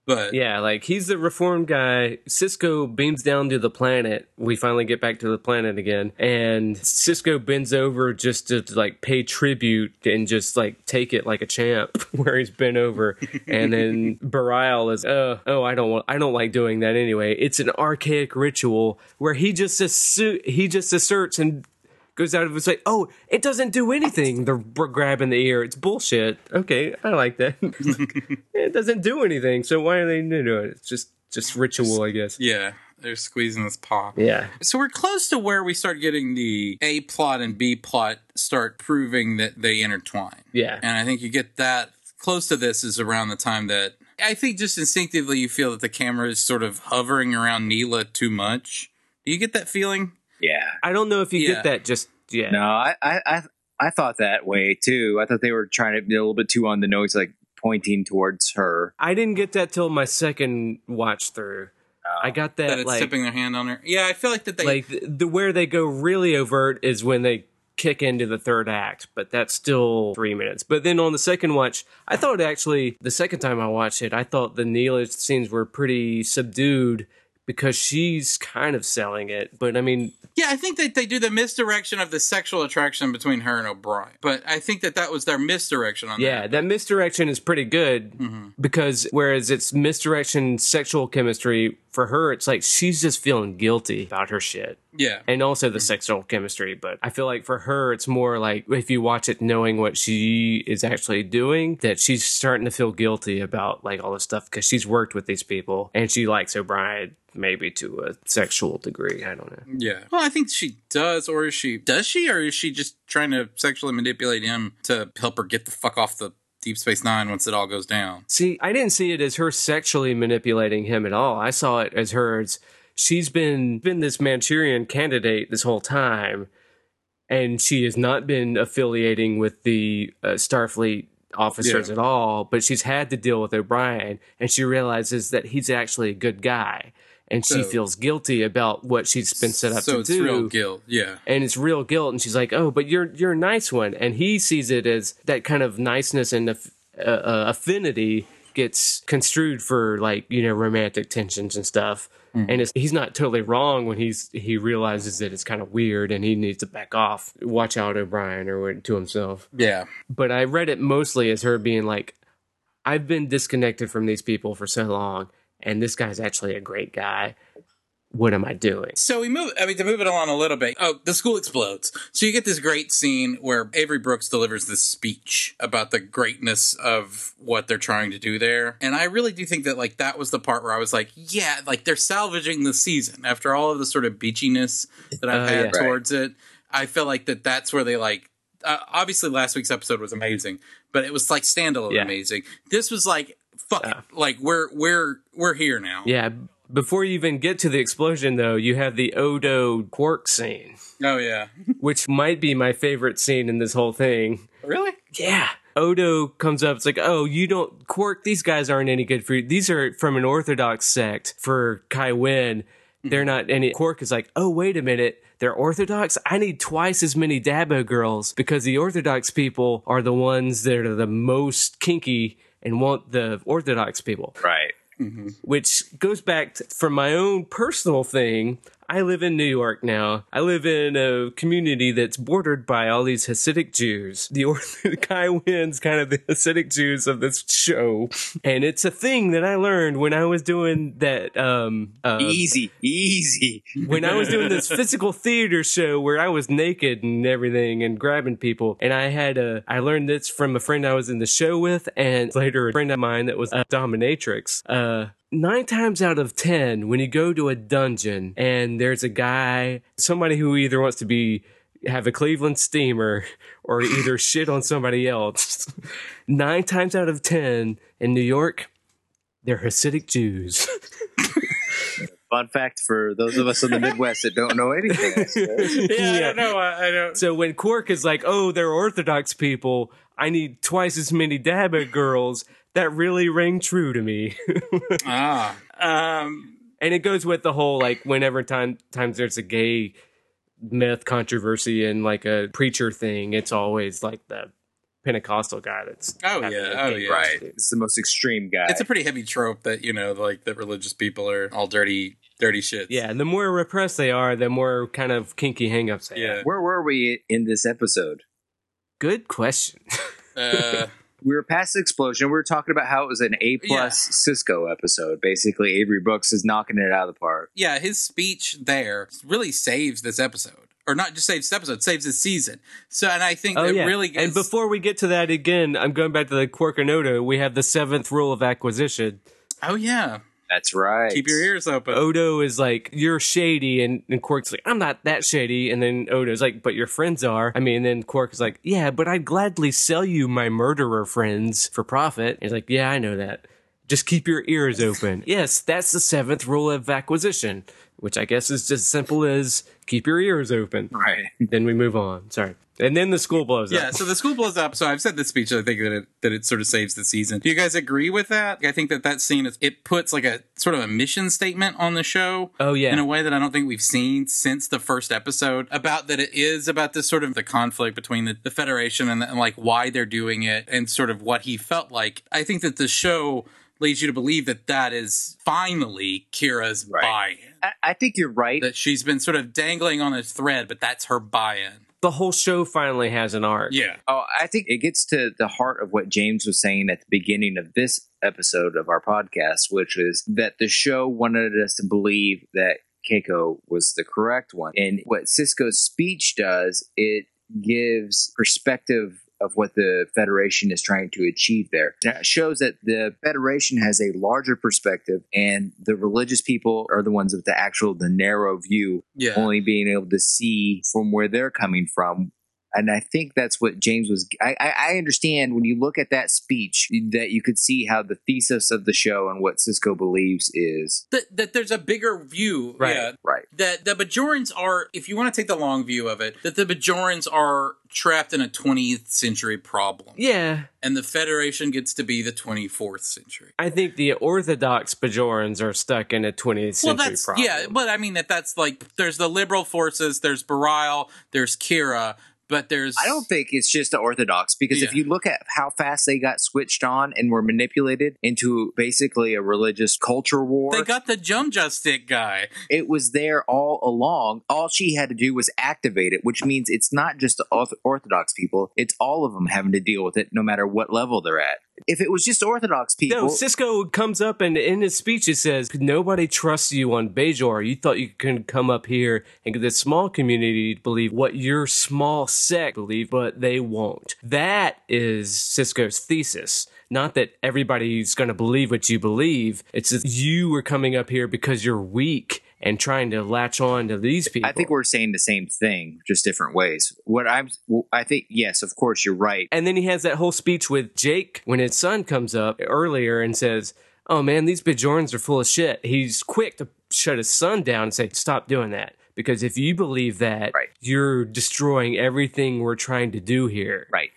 Speaker 3: But
Speaker 2: Yeah, like he's the reformed guy. Cisco beams down to the planet. We finally get back to the planet again. And Cisco bends over just to like pay tribute and just like take it like a champ where he's bent over. and then Barile is oh oh I don't want I don't like doing that anyway. It's an archaic ritual where he just assu- he just asserts and goes out of his way, oh, it doesn't do anything. They're b- grabbing the ear. It's bullshit. Okay, I like that. It's like, it doesn't do anything. So why are they doing it? It's just just ritual, I guess.
Speaker 3: yeah, they're squeezing this pop.
Speaker 2: Yeah.
Speaker 3: So we're close to where we start getting the A plot and B plot start proving that they intertwine.
Speaker 2: Yeah.
Speaker 3: And I think you get that close to this is around the time that I think just instinctively you feel that the camera is sort of hovering around Neela too much. Do you get that feeling?
Speaker 4: Yeah.
Speaker 2: I don't know if you
Speaker 3: Yeah.
Speaker 2: get that just yeah.
Speaker 4: No, I, I, I, I thought that way too. I thought they were trying to be a little bit too on the nose, like pointing towards her.
Speaker 2: I didn't get that till my second watch through. I got that,
Speaker 3: That it's
Speaker 2: like
Speaker 3: tipping their hand on her. Yeah, I feel like that they
Speaker 2: like the, the where they go really overt is when they kick into the third act but that's still three minutes but then on the second watch i thought actually the second time i watched it i thought the neela scenes were pretty subdued because she's kind of selling it but i mean
Speaker 3: Yeah, I think that they do the misdirection of the sexual attraction between her and O'Brien. But I think that that was their misdirection on
Speaker 2: yeah
Speaker 3: that.
Speaker 2: that misdirection is pretty good because whereas it's misdirection sexual chemistry for her it's like she's just feeling guilty about her shit
Speaker 3: Yeah.
Speaker 2: and also the sexual chemistry. But I feel like for her, it's more like if you watch it knowing what she is actually doing, that she's starting to feel guilty about like all this stuff because she's worked with these people and she likes O'Brien maybe to a sexual degree. I don't know.
Speaker 3: Yeah. Well, I think she does, or is she? Does she, or is she just trying to sexually manipulate him to help her get the fuck off the Deep Space Nine once it all goes down?
Speaker 2: See, I didn't see it as her sexually manipulating him at all. I saw it as her as she's been been this Manchurian candidate this whole time, and she has not been affiliating with the uh, Starfleet officers
Speaker 3: Yeah.
Speaker 2: at all. But she's had to deal with O'Brien, and she realizes that he's actually a good guy. and she
Speaker 3: So-
Speaker 2: feels guilty about what she's been set up
Speaker 3: so
Speaker 2: to
Speaker 3: it's
Speaker 2: do
Speaker 3: real guilt. Yeah.
Speaker 2: and it's real guilt and she's like oh but you're you're a nice one and he sees it as that kind of niceness and aff- uh, uh, affinity gets construed for like you know romantic tensions and stuff and it's, he's not totally wrong when he's he realizes that it's kind of weird and he needs to back off watch out o'brien or what- to himself
Speaker 3: Yeah.
Speaker 2: but i read it mostly as her being like i've been disconnected from these people for so long and this guy's actually a great guy what am i doing
Speaker 3: So we move, I mean, to move it along a little bit, oh, the school explodes. So you get this great scene where Avery Brooks delivers this speech about the greatness of what they're trying to do there. And I really do think that, like, that was the part where I was like, yeah, like, they're salvaging the season after all of the sort of beachiness that I've
Speaker 2: Oh,
Speaker 3: had
Speaker 2: yeah.
Speaker 3: towards it. I feel like that that's where they, like, uh, obviously last week's episode was amazing, but it was like standalone
Speaker 2: Yeah.
Speaker 3: amazing. This was like, fuck, it.
Speaker 2: Yeah.
Speaker 3: like, we're, we're, we're here now.
Speaker 2: Yeah. Before you even get to the explosion, though, you have the Odo quark scene,
Speaker 3: Oh, yeah.
Speaker 2: which might be my favorite scene in this whole thing.
Speaker 3: Really?
Speaker 2: Yeah. Odo comes up. It's like, oh, you don't quark. These guys aren't any good for you. These are from an orthodox sect for Kai Wen. They're not any. Quark is like, oh, wait a minute. They're orthodox. I need twice as many Dabo girls because the orthodox people are the ones that are the most kinky and want the orthodox people
Speaker 4: Right.
Speaker 2: which goes back to, from my own personal thing. I live in New York now. I live in a community that's bordered by all these Hasidic Jews. The Orthodox Kai wins kind of the Hasidic Jews of this show, and it's a thing that I learned when I was doing that. Um, uh,
Speaker 4: easy, easy.
Speaker 2: when I was doing this physical theater show where I was naked and everything and grabbing people, and I had a, I learned this from a friend I was in the show with, and later a friend of mine that was a dominatrix. Uh, Nine times out of ten, when you go to a dungeon and there's a guy, somebody who either wants to be have a Cleveland steamer or either shit on somebody else, nine times out of ten in New York, they're Hasidic Jews.
Speaker 4: Fun fact for those of us in the Midwest that don't know anything. I suppose.
Speaker 3: Yeah, I
Speaker 2: Yeah.
Speaker 3: don't know. I, I don't.
Speaker 2: So when Quark is like, "Oh, they're Orthodox people. I need twice as many Dabba girls," that really rang true to me.
Speaker 3: Ah. Um,
Speaker 2: and it goes with the whole like, whenever time times there's a gay myth controversy and like a preacher thing, it's always like the Pentecostal guy that's
Speaker 3: Oh,
Speaker 2: having a
Speaker 3: yeah. Oh,
Speaker 2: gay
Speaker 3: yeah.
Speaker 4: right.
Speaker 2: prostitute.
Speaker 4: It's the most extreme guy.
Speaker 3: it's a pretty heavy trope that you know, like that religious people are all dirty, dirty shits.
Speaker 2: Yeah, and the more repressed they are, the more kind of kinky hangups they
Speaker 3: yeah.
Speaker 2: have.
Speaker 4: Where were we in this episode?
Speaker 2: Good question.
Speaker 3: Uh,
Speaker 4: we were past the explosion. We were talking about how it was an A plus
Speaker 3: Yeah.
Speaker 4: Cisco episode. Basically, Avery Brooks is knocking it out of the park.
Speaker 3: yeah. His speech there really saves this episode, or not just saves this episode, saves this season. So, and I think
Speaker 2: Oh
Speaker 3: it
Speaker 2: yeah,
Speaker 3: really. Gets,
Speaker 2: and before we get to that again, I'm going back to the Quark and Odo. We have the seventh rule of acquisition.
Speaker 3: Oh yeah.
Speaker 4: That's right.
Speaker 3: Keep your ears open.
Speaker 2: Odo is like, you're shady, and, and Quark's like, I'm not that shady. And then Odo's like, but your friends are. I mean, and then Quark is like, yeah, but I'd gladly sell you my murderer friends for profit. And he's like, yeah, I know that. Just keep your ears open. yes, that's the seventh rule of acquisition, which I guess is just as simple as keep your ears open.
Speaker 4: Right.
Speaker 2: Then we move on. Sorry. And then the school blows
Speaker 3: Yeah,
Speaker 2: up.
Speaker 3: so the school blows up. So I've said this speech. I think that it that it sort of saves the season. Do you guys agree with that? I think that that scene is, it puts like a sort of a mission statement on the show.
Speaker 2: Oh, yeah.
Speaker 3: in a way that I don't think we've seen since the first episode. About that it is about this sort of the conflict between the, the Federation and, and like why they're doing it and sort of what he felt like. I think that the show leads you to believe that that is finally Kira's
Speaker 4: Right.
Speaker 3: buy-in.
Speaker 4: I, I think you're right.
Speaker 3: That she's been sort of dangling on a thread, but that's her buy-in.
Speaker 2: The whole show finally has an arc.
Speaker 3: Yeah.
Speaker 4: Oh, I think it gets to the heart of what James was saying at the beginning of this episode of our podcast, which is that the show wanted us to believe that Keiko was the correct one. And what Cisco's speech does, it gives perspective of what the Federation is trying to achieve there. Now, it shows that the Federation has a larger perspective, and the religious people are the ones with the actual, the narrow view
Speaker 3: Yeah.
Speaker 4: only being able to see from where they're coming from And I think that's what James was. I, I, I understand when you look at that speech that you could see how the thesis of the show and what Cisco believes is
Speaker 3: That, that there's a bigger view.
Speaker 2: Right.
Speaker 3: Yeah.
Speaker 4: right.
Speaker 3: That the Bajorans are, if you want to take the long view of it, that the Bajorans are trapped in a 20th century problem.
Speaker 2: Yeah,
Speaker 3: And the Federation gets to be the 24th century.
Speaker 2: I think the orthodox Bajorans are stuck in a 20th century
Speaker 3: that's
Speaker 2: problem.
Speaker 3: yeah, but I mean that that's like there's the liberal forces, there's Barile, there's Kira, but there's
Speaker 4: I don't think it's just the Orthodox because if
Speaker 3: Yeah.
Speaker 4: you look at how fast they got switched on and were manipulated into basically a religious culture war,
Speaker 3: they got the Jumja stick guy.
Speaker 4: it was there all along. All she had to do was activate it, which means it's not just the orth- Orthodox people, it's all of them having to deal with it no matter what level they're at. If it was just Orthodox people,
Speaker 2: No, Cisco comes up and in his speech it says, Nobody trusts you on Bajor. You thought you could come up here and get this small community to believe what your small sect believe, but they won't. That is Cisco's thesis. Not that everybody's going to believe what you believe. It's that you are coming up here because you're weak and trying to latch on to these people.
Speaker 4: I think we're saying the same thing, just different ways. What I'm, I think, yes, of course, you're right.
Speaker 2: And then he has that whole speech with Jake when his son comes up earlier and says, Oh man, these Bajorans are full of shit. He's quick to shut his son down and say, Stop doing that. Because if you believe that,
Speaker 4: Right.
Speaker 2: you're destroying everything we're trying to do here.
Speaker 4: Right.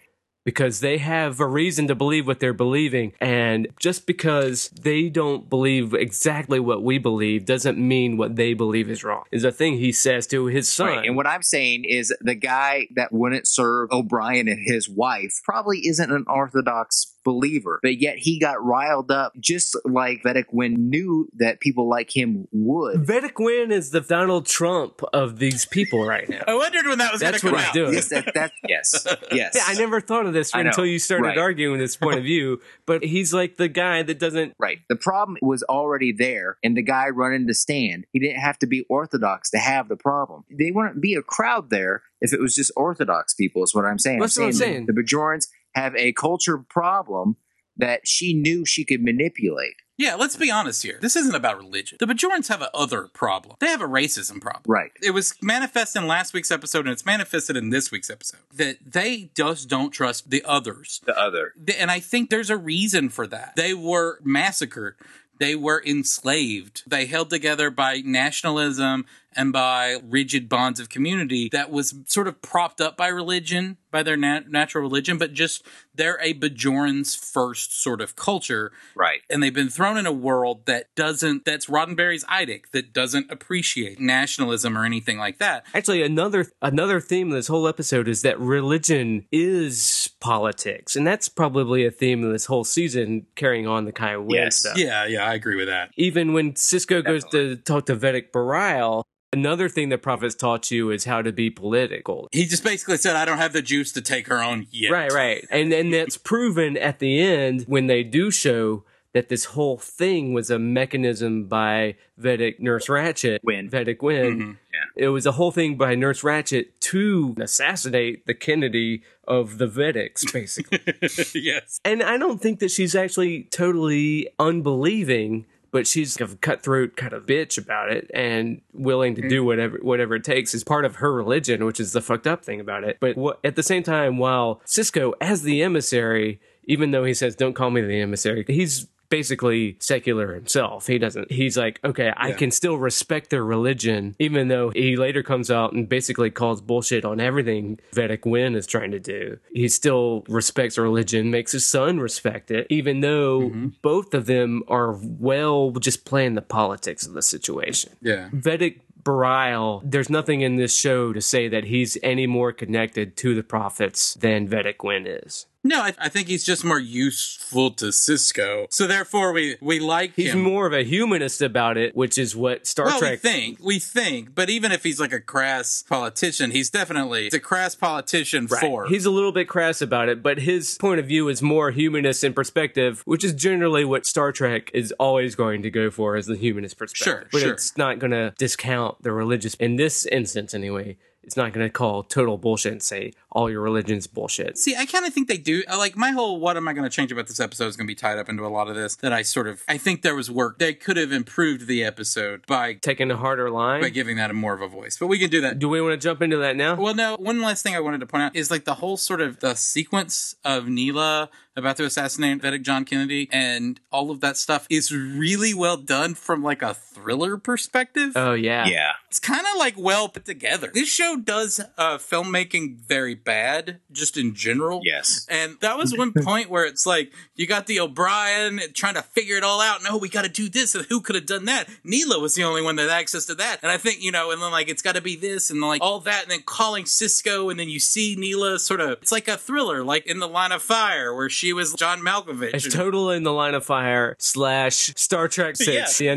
Speaker 2: Because they have a reason to believe what they're believing. And just because they don't believe exactly what we believe doesn't mean what they believe is wrong, is a thing he says to his son.
Speaker 4: Right. And what I'm saying is the guy that wouldn't serve O'Brien and his wife probably isn't an Orthodox believer, but yet he got riled up just like Vedic Wynn knew that people like him would.
Speaker 2: Vedic Wynn is the Donald Trump of these people right now.
Speaker 3: I wondered when that was going to
Speaker 2: That's
Speaker 3: come
Speaker 2: what he's
Speaker 3: out.
Speaker 2: doing.
Speaker 4: Yes, that, that yes, yes.
Speaker 2: Yeah, I never thought of this
Speaker 4: I know,
Speaker 2: until you started
Speaker 4: right.
Speaker 2: arguing this point of view. But he's like the guy that doesn't.
Speaker 4: Right. The problem was already there, and the guy running the stand, he didn't have to be Orthodox to have the problem. They wouldn't be a crowd there if it was just Orthodox people, is what I'm saying.
Speaker 2: That's what I'm saying.
Speaker 4: The Bajorans have a culture problem that she knew she could manipulate.
Speaker 3: Yeah, let's be honest here. This isn't about religion. The Bajorans have a other problem. They have a racism problem.
Speaker 4: Right.
Speaker 3: It was manifest in last week's episode, and it's manifested in this week's episode that they just don't trust the others.
Speaker 4: The other.
Speaker 3: Th- and I think there's a reason for that. They were massacred. They were enslaved. They held together by nationalism and by rigid bonds of community that was sort of propped up by religion, by their nat- natural religion, but just they're a Bajoran's first sort of culture.
Speaker 4: Right.
Speaker 3: And they've been thrown in a world that doesn't, that's Roddenberry's Idic, that doesn't appreciate nationalism or anything like that.
Speaker 2: Actually, another another theme of this whole episode is that religion is politics, and that's probably a theme of this whole season, carrying on the Kai Wynn
Speaker 4: Yes.
Speaker 2: stuff.
Speaker 3: Yeah, yeah, I agree with that.
Speaker 2: Even when Cisco goes to talk to Vedic Barile, another thing that prophets taught you is how to be political.
Speaker 3: He just basically said, I don't have the juice to take her on yet.
Speaker 2: Right, right. And then that's proven at the end when they do show that this whole thing was a mechanism by Vedic Nurse Ratchet.
Speaker 4: Wynn.
Speaker 2: Vedic Wynn. It was a whole thing by Nurse Ratchet to assassinate the Kennedy of the Vedics, basically.
Speaker 3: yes.
Speaker 2: and I don't think that she's actually totally unbelieving. But she's a cutthroat kind of bitch about it and willing to do whatever whatever it takes is part of her religion, which is the fucked up thing about it. But what, at the same time, while Cisco, as the emissary, even though he says, "Don't call me the emissary," he's basically secular himself. He doesn't. He's like, okay, I can still respect their religion, even though he later comes out and basically calls bullshit on everything Vedic Wynn is trying to do. He still respects religion, makes his son respect it, even though both of them are well just playing the politics of the situation.
Speaker 3: Yeah.
Speaker 2: Vedic. Barile, there's nothing in this show to say that he's any more connected to the prophets than Vedic Wynn is.
Speaker 3: No, I, I think he's just more useful to Cisco. So therefore, we we like
Speaker 2: He's
Speaker 3: him.
Speaker 2: more of a humanist about it, which is what Star
Speaker 3: well, we
Speaker 2: Trek
Speaker 3: think we think, but even if he's like a crass politician, he's definitely he's a crass politician for.
Speaker 2: He's a little bit crass about it, but his point of view is more humanist in perspective, which is generally what Star Trek is always going to go for as the humanist perspective.
Speaker 3: Sure,
Speaker 2: but
Speaker 3: sure.
Speaker 2: it's not going to discount the religious in this instance anyway. It's not going to call total bullshit and say all your religion's bullshit.
Speaker 3: See, I kind of think they do. uh, Like my whole what am I going to change about this episode is going to be tied up into a lot of this that I sort of I think there was work. They could have improved the episode by
Speaker 2: Taking a harder
Speaker 3: by
Speaker 2: line.
Speaker 3: giving that a more of a voice. But we can do that.
Speaker 2: Do we want to jump into that now?
Speaker 3: Well, no, one last thing I wanted to point out is like the whole sort of the sequence of Neela about to assassinate Vedic John Kennedy and all of that stuff is really well done from like a thriller perspective.
Speaker 2: Oh yeah.
Speaker 4: Yeah.
Speaker 3: It's kind of like well put together. This show does uh, filmmaking very bad, just in general.
Speaker 4: Yes.
Speaker 3: And that was one point where it's like you got the O'Brien trying to figure it all out. No, we got to do this. And who could have done that? Neela was the only one that had access to that. And I think you know, and then like it's got to be this and like all that, and then calling Cisco, and then you see Neela sort of. It's like a thriller, like in the Line of Fire, where she was John Malkovich.
Speaker 2: It's
Speaker 3: And-
Speaker 2: total in the line of fire slash Star Trek Six: The
Speaker 4: It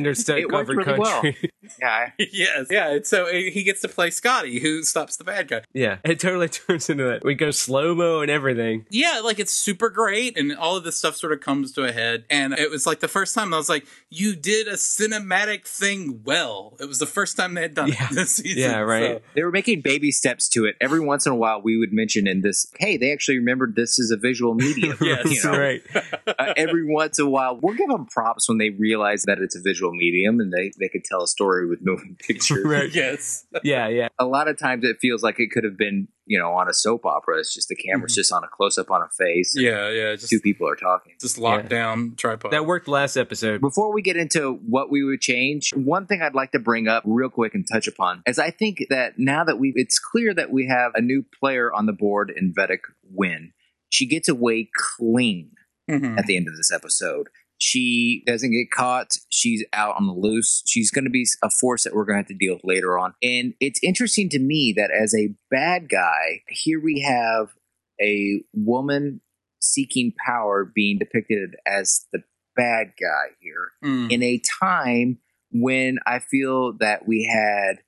Speaker 4: worked
Speaker 2: Undercover
Speaker 4: really well.
Speaker 2: Country.
Speaker 4: Yeah.
Speaker 3: yes, yeah. And so uh, he gets to play Scotty, who stops the bad guy.
Speaker 2: yeah, it totally turns into that. We go slow mo and everything.
Speaker 3: yeah, like it's super great, and all of this stuff sort of comes to a head. And it was like the first time I was like, "You did a cinematic thing well." It was the first time they had done
Speaker 2: Yeah.
Speaker 3: it this season.
Speaker 2: Yeah, right.
Speaker 4: They were making baby steps to it. Every once in a while, we would mention in this, hey, they actually remembered this is a visual medium.
Speaker 3: Yes,
Speaker 4: you know?
Speaker 2: right.
Speaker 4: uh, every once in a while, we'll give them props when they realize that it's a visual medium and they, they could tell a story with moving pictures.
Speaker 3: So,
Speaker 2: right.
Speaker 3: yes.
Speaker 2: Yeah, yeah.
Speaker 4: A lot of times it feels like it could have been, you know, on a soap opera. It's just the camera's just on a close up on a face. and
Speaker 3: Yeah, yeah. Just
Speaker 4: Two people are talking.
Speaker 3: just locked down tripod.
Speaker 2: That worked last episode.
Speaker 4: Before we get into what we would change, one thing I'd like to bring up real quick and touch upon is I think that now that we it's clear that we have a new player on the board in Vedic Win. She gets away clean
Speaker 3: Mhm.
Speaker 4: at the end of this episode. She doesn't get caught. She's out on the loose. She's going to be a force that we're going to have to deal with later on. And it's interesting to me that as a bad guy, here we have a woman seeking power being depicted as the bad guy here
Speaker 3: Mm.
Speaker 4: in a time when I feel that we had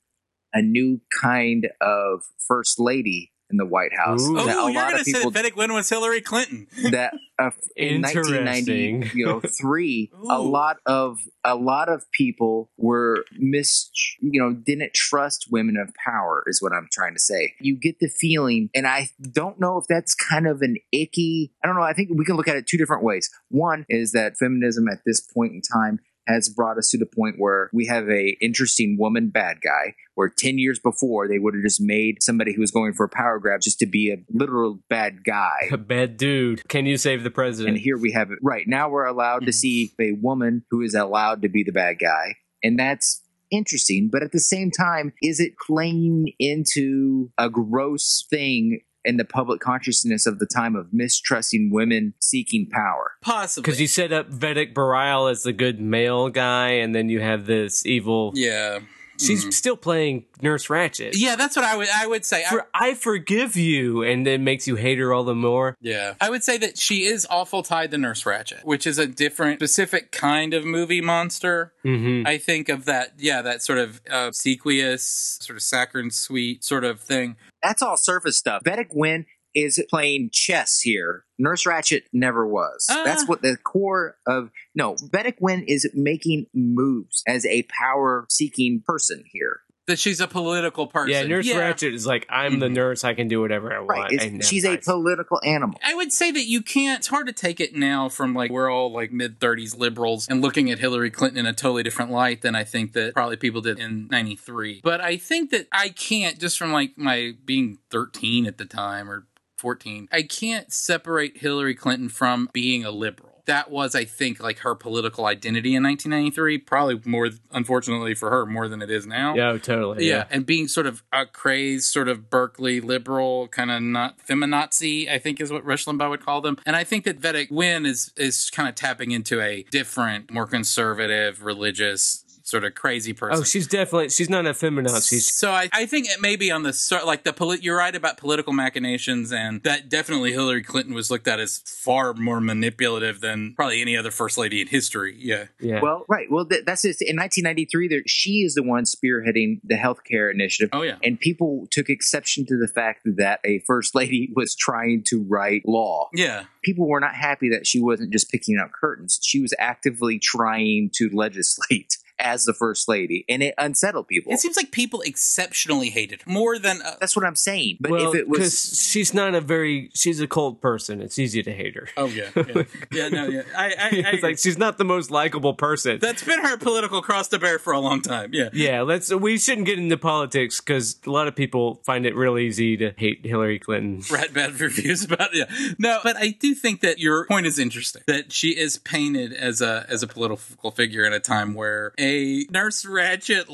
Speaker 4: a new kind of first lady in the White House.
Speaker 2: Ooh.
Speaker 3: Oh,
Speaker 4: that a
Speaker 3: you're
Speaker 4: lot
Speaker 3: gonna
Speaker 4: of
Speaker 3: say
Speaker 4: people
Speaker 3: that Fennec Wynn was Hillary Clinton?
Speaker 4: that uh, in
Speaker 2: Interesting.
Speaker 4: 1990, you know, three, a
Speaker 3: Ooh.
Speaker 4: lot of a lot of people were mis, you know, didn't trust women of power is what I'm trying to say. You get the feeling, and I don't know if that's kind of an icky. I don't know. I think we can look at it two different ways. One is that feminism at this point in time has brought us to the point where we have a interesting woman bad guy where 10 years before they would have just made somebody who was going for a power grab just to be a literal bad guy
Speaker 2: Bad dude. Can you save the president?
Speaker 4: and here we have it. Right now, we're allowed to see a woman who is allowed to be the bad guy, and that's interesting. But at the same time, is it playing into a gross thing in the public consciousness of the time of mistrusting women seeking power?
Speaker 3: Possibly.
Speaker 2: because you set up Vedic Barile as the good male guy, and then you have this evil.
Speaker 3: yeah.
Speaker 2: She's
Speaker 3: Mhm.
Speaker 2: still playing Nurse Ratchet.
Speaker 3: Yeah, that's what I would I would say. I-
Speaker 2: For, I forgive you, and then makes you hate her all the more.
Speaker 3: Yeah. I would say that she is awful tied to Nurse Ratchet, which is a different, specific kind of movie monster.
Speaker 2: Mm-hmm.
Speaker 3: I think of that, yeah, that sort of uh, obsequious, sort of saccharine sweet sort of thing.
Speaker 4: That's all surface stuff. Vedic Wynn is playing chess here. Nurse Ratchet never was.
Speaker 3: Uh.
Speaker 4: That's what the core of no. Vedic Wynn is making moves as a power seeking person here.
Speaker 3: That she's a political person.
Speaker 2: Yeah, Nurse Ratchet is like, I'm the nurse. I can do whatever I want.
Speaker 4: Right? It's-
Speaker 2: and
Speaker 4: she's
Speaker 2: I'm
Speaker 4: a
Speaker 2: nice.
Speaker 4: political animal.
Speaker 3: I would say that you can't. It's hard to take it now from like we're all like mid 30s liberals and looking at Hillary Clinton in a totally different light than I think that probably people did in 93. But I think that I can't just from like my being 13 at the time or 14, I can't separate Hillary Clinton from being a liberal. That was, I think, like her political identity in 1993. Probably more, unfortunately for her, more than it is now.
Speaker 2: Yeah, oh, totally.
Speaker 3: Yeah, and being sort of a crazed, sort of Berkeley liberal, kind of not feminazi, I think is what Rush Limbaugh would call them. And I think that Vedic Win is is kind of tapping into a different, more conservative, religious sort of crazy person.
Speaker 2: Oh, she's definitely. She's not a feminazi. She's
Speaker 3: so I, I think it may be on the start, like the polit. You're right about political machinations, and that definitely Hillary Clinton was looked at as far more manipulative than probably any other first lady in history. Yeah,
Speaker 2: yeah.
Speaker 4: Well, right. Well, th- that's just in 1993. There, she is the one spearheading the healthcare initiative.
Speaker 3: Oh, yeah.
Speaker 4: and people took exception to the fact that a first lady was trying to write law.
Speaker 3: yeah,
Speaker 4: People were not happy that she wasn't just picking out curtains; she was actively trying to legislate as the first lady, and it unsettled people.
Speaker 3: It seems like people exceptionally hated her more than uh,
Speaker 4: That's what I'm saying. But
Speaker 2: well,
Speaker 4: if it was
Speaker 2: because she's not a very she's a cold person. It's easy to hate her.
Speaker 3: Oh yeah, yeah, yeah no, yeah. I, I, I
Speaker 2: it's
Speaker 3: agree.
Speaker 2: like she's not the most likable person.
Speaker 3: that's been her political cross to bear for a long time. Yeah,
Speaker 2: yeah, let's. We shouldn't get into politics because a lot of people find it real easy to hate Hillary Clinton.
Speaker 3: rat bad reviews about it. Yeah. No, but I do think that your point is interesting. That she is painted as a as a political figure in a time where a Nurse Ratchet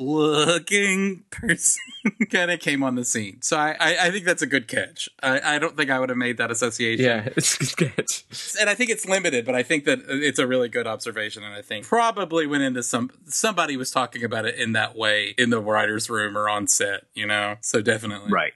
Speaker 3: looking person kind of came on the scene. So I, I I think that's a good catch. I I don't think I would have made that association.
Speaker 2: Yeah, it's a good catch.
Speaker 3: And I think it's limited, but I think that uh, it's a really good observation. And I think probably went into some somebody was talking about it in that way in the writers' room or on set. You know, so definitely
Speaker 4: right,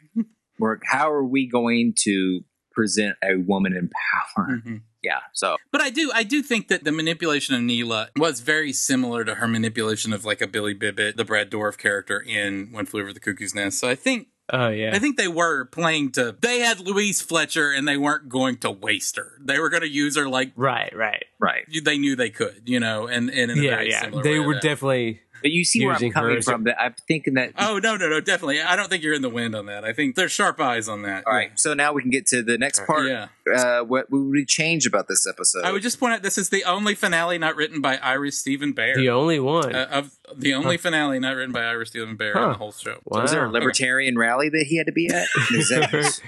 Speaker 4: Mark, how are we going to present a woman in power?
Speaker 3: Mhm.
Speaker 4: Yeah. So
Speaker 3: But I do, I do think that the manipulation of Neela was very similar to her manipulation of like a Billy Bibbit, the Brad Dorf character in When Flew Over the Cuckoo's Nest. So I think,
Speaker 2: Oh yeah,
Speaker 3: I think they were playing to. They had Louise Fletcher, and they weren't going to waste her. They were going to use her like
Speaker 2: right, right.
Speaker 4: right,
Speaker 3: they knew they could, you know, and and in a
Speaker 2: Yeah,
Speaker 3: very
Speaker 2: yeah.
Speaker 3: similar
Speaker 2: They
Speaker 3: way
Speaker 2: were
Speaker 3: to that.
Speaker 2: definitely
Speaker 4: but you see where I'm
Speaker 2: Using her
Speaker 4: coming
Speaker 2: as a-
Speaker 4: from. That I'm thinking that.
Speaker 3: Oh no, no, no, definitely. I don't think you're in the wind on that. I think there's sharp eyes on that.
Speaker 4: all right. So now we can get to the next part.
Speaker 3: Yeah.
Speaker 4: Uh, what we would change about this episode?
Speaker 3: I would just point out this is the only finale not written by Iris Stephen Bear.
Speaker 2: the only one.
Speaker 3: uh, of the only finale not written by Iris Stephen Bear in
Speaker 2: Huh.
Speaker 3: the whole show.
Speaker 2: wow.
Speaker 4: was there a libertarian rally that he had to be at? Is that-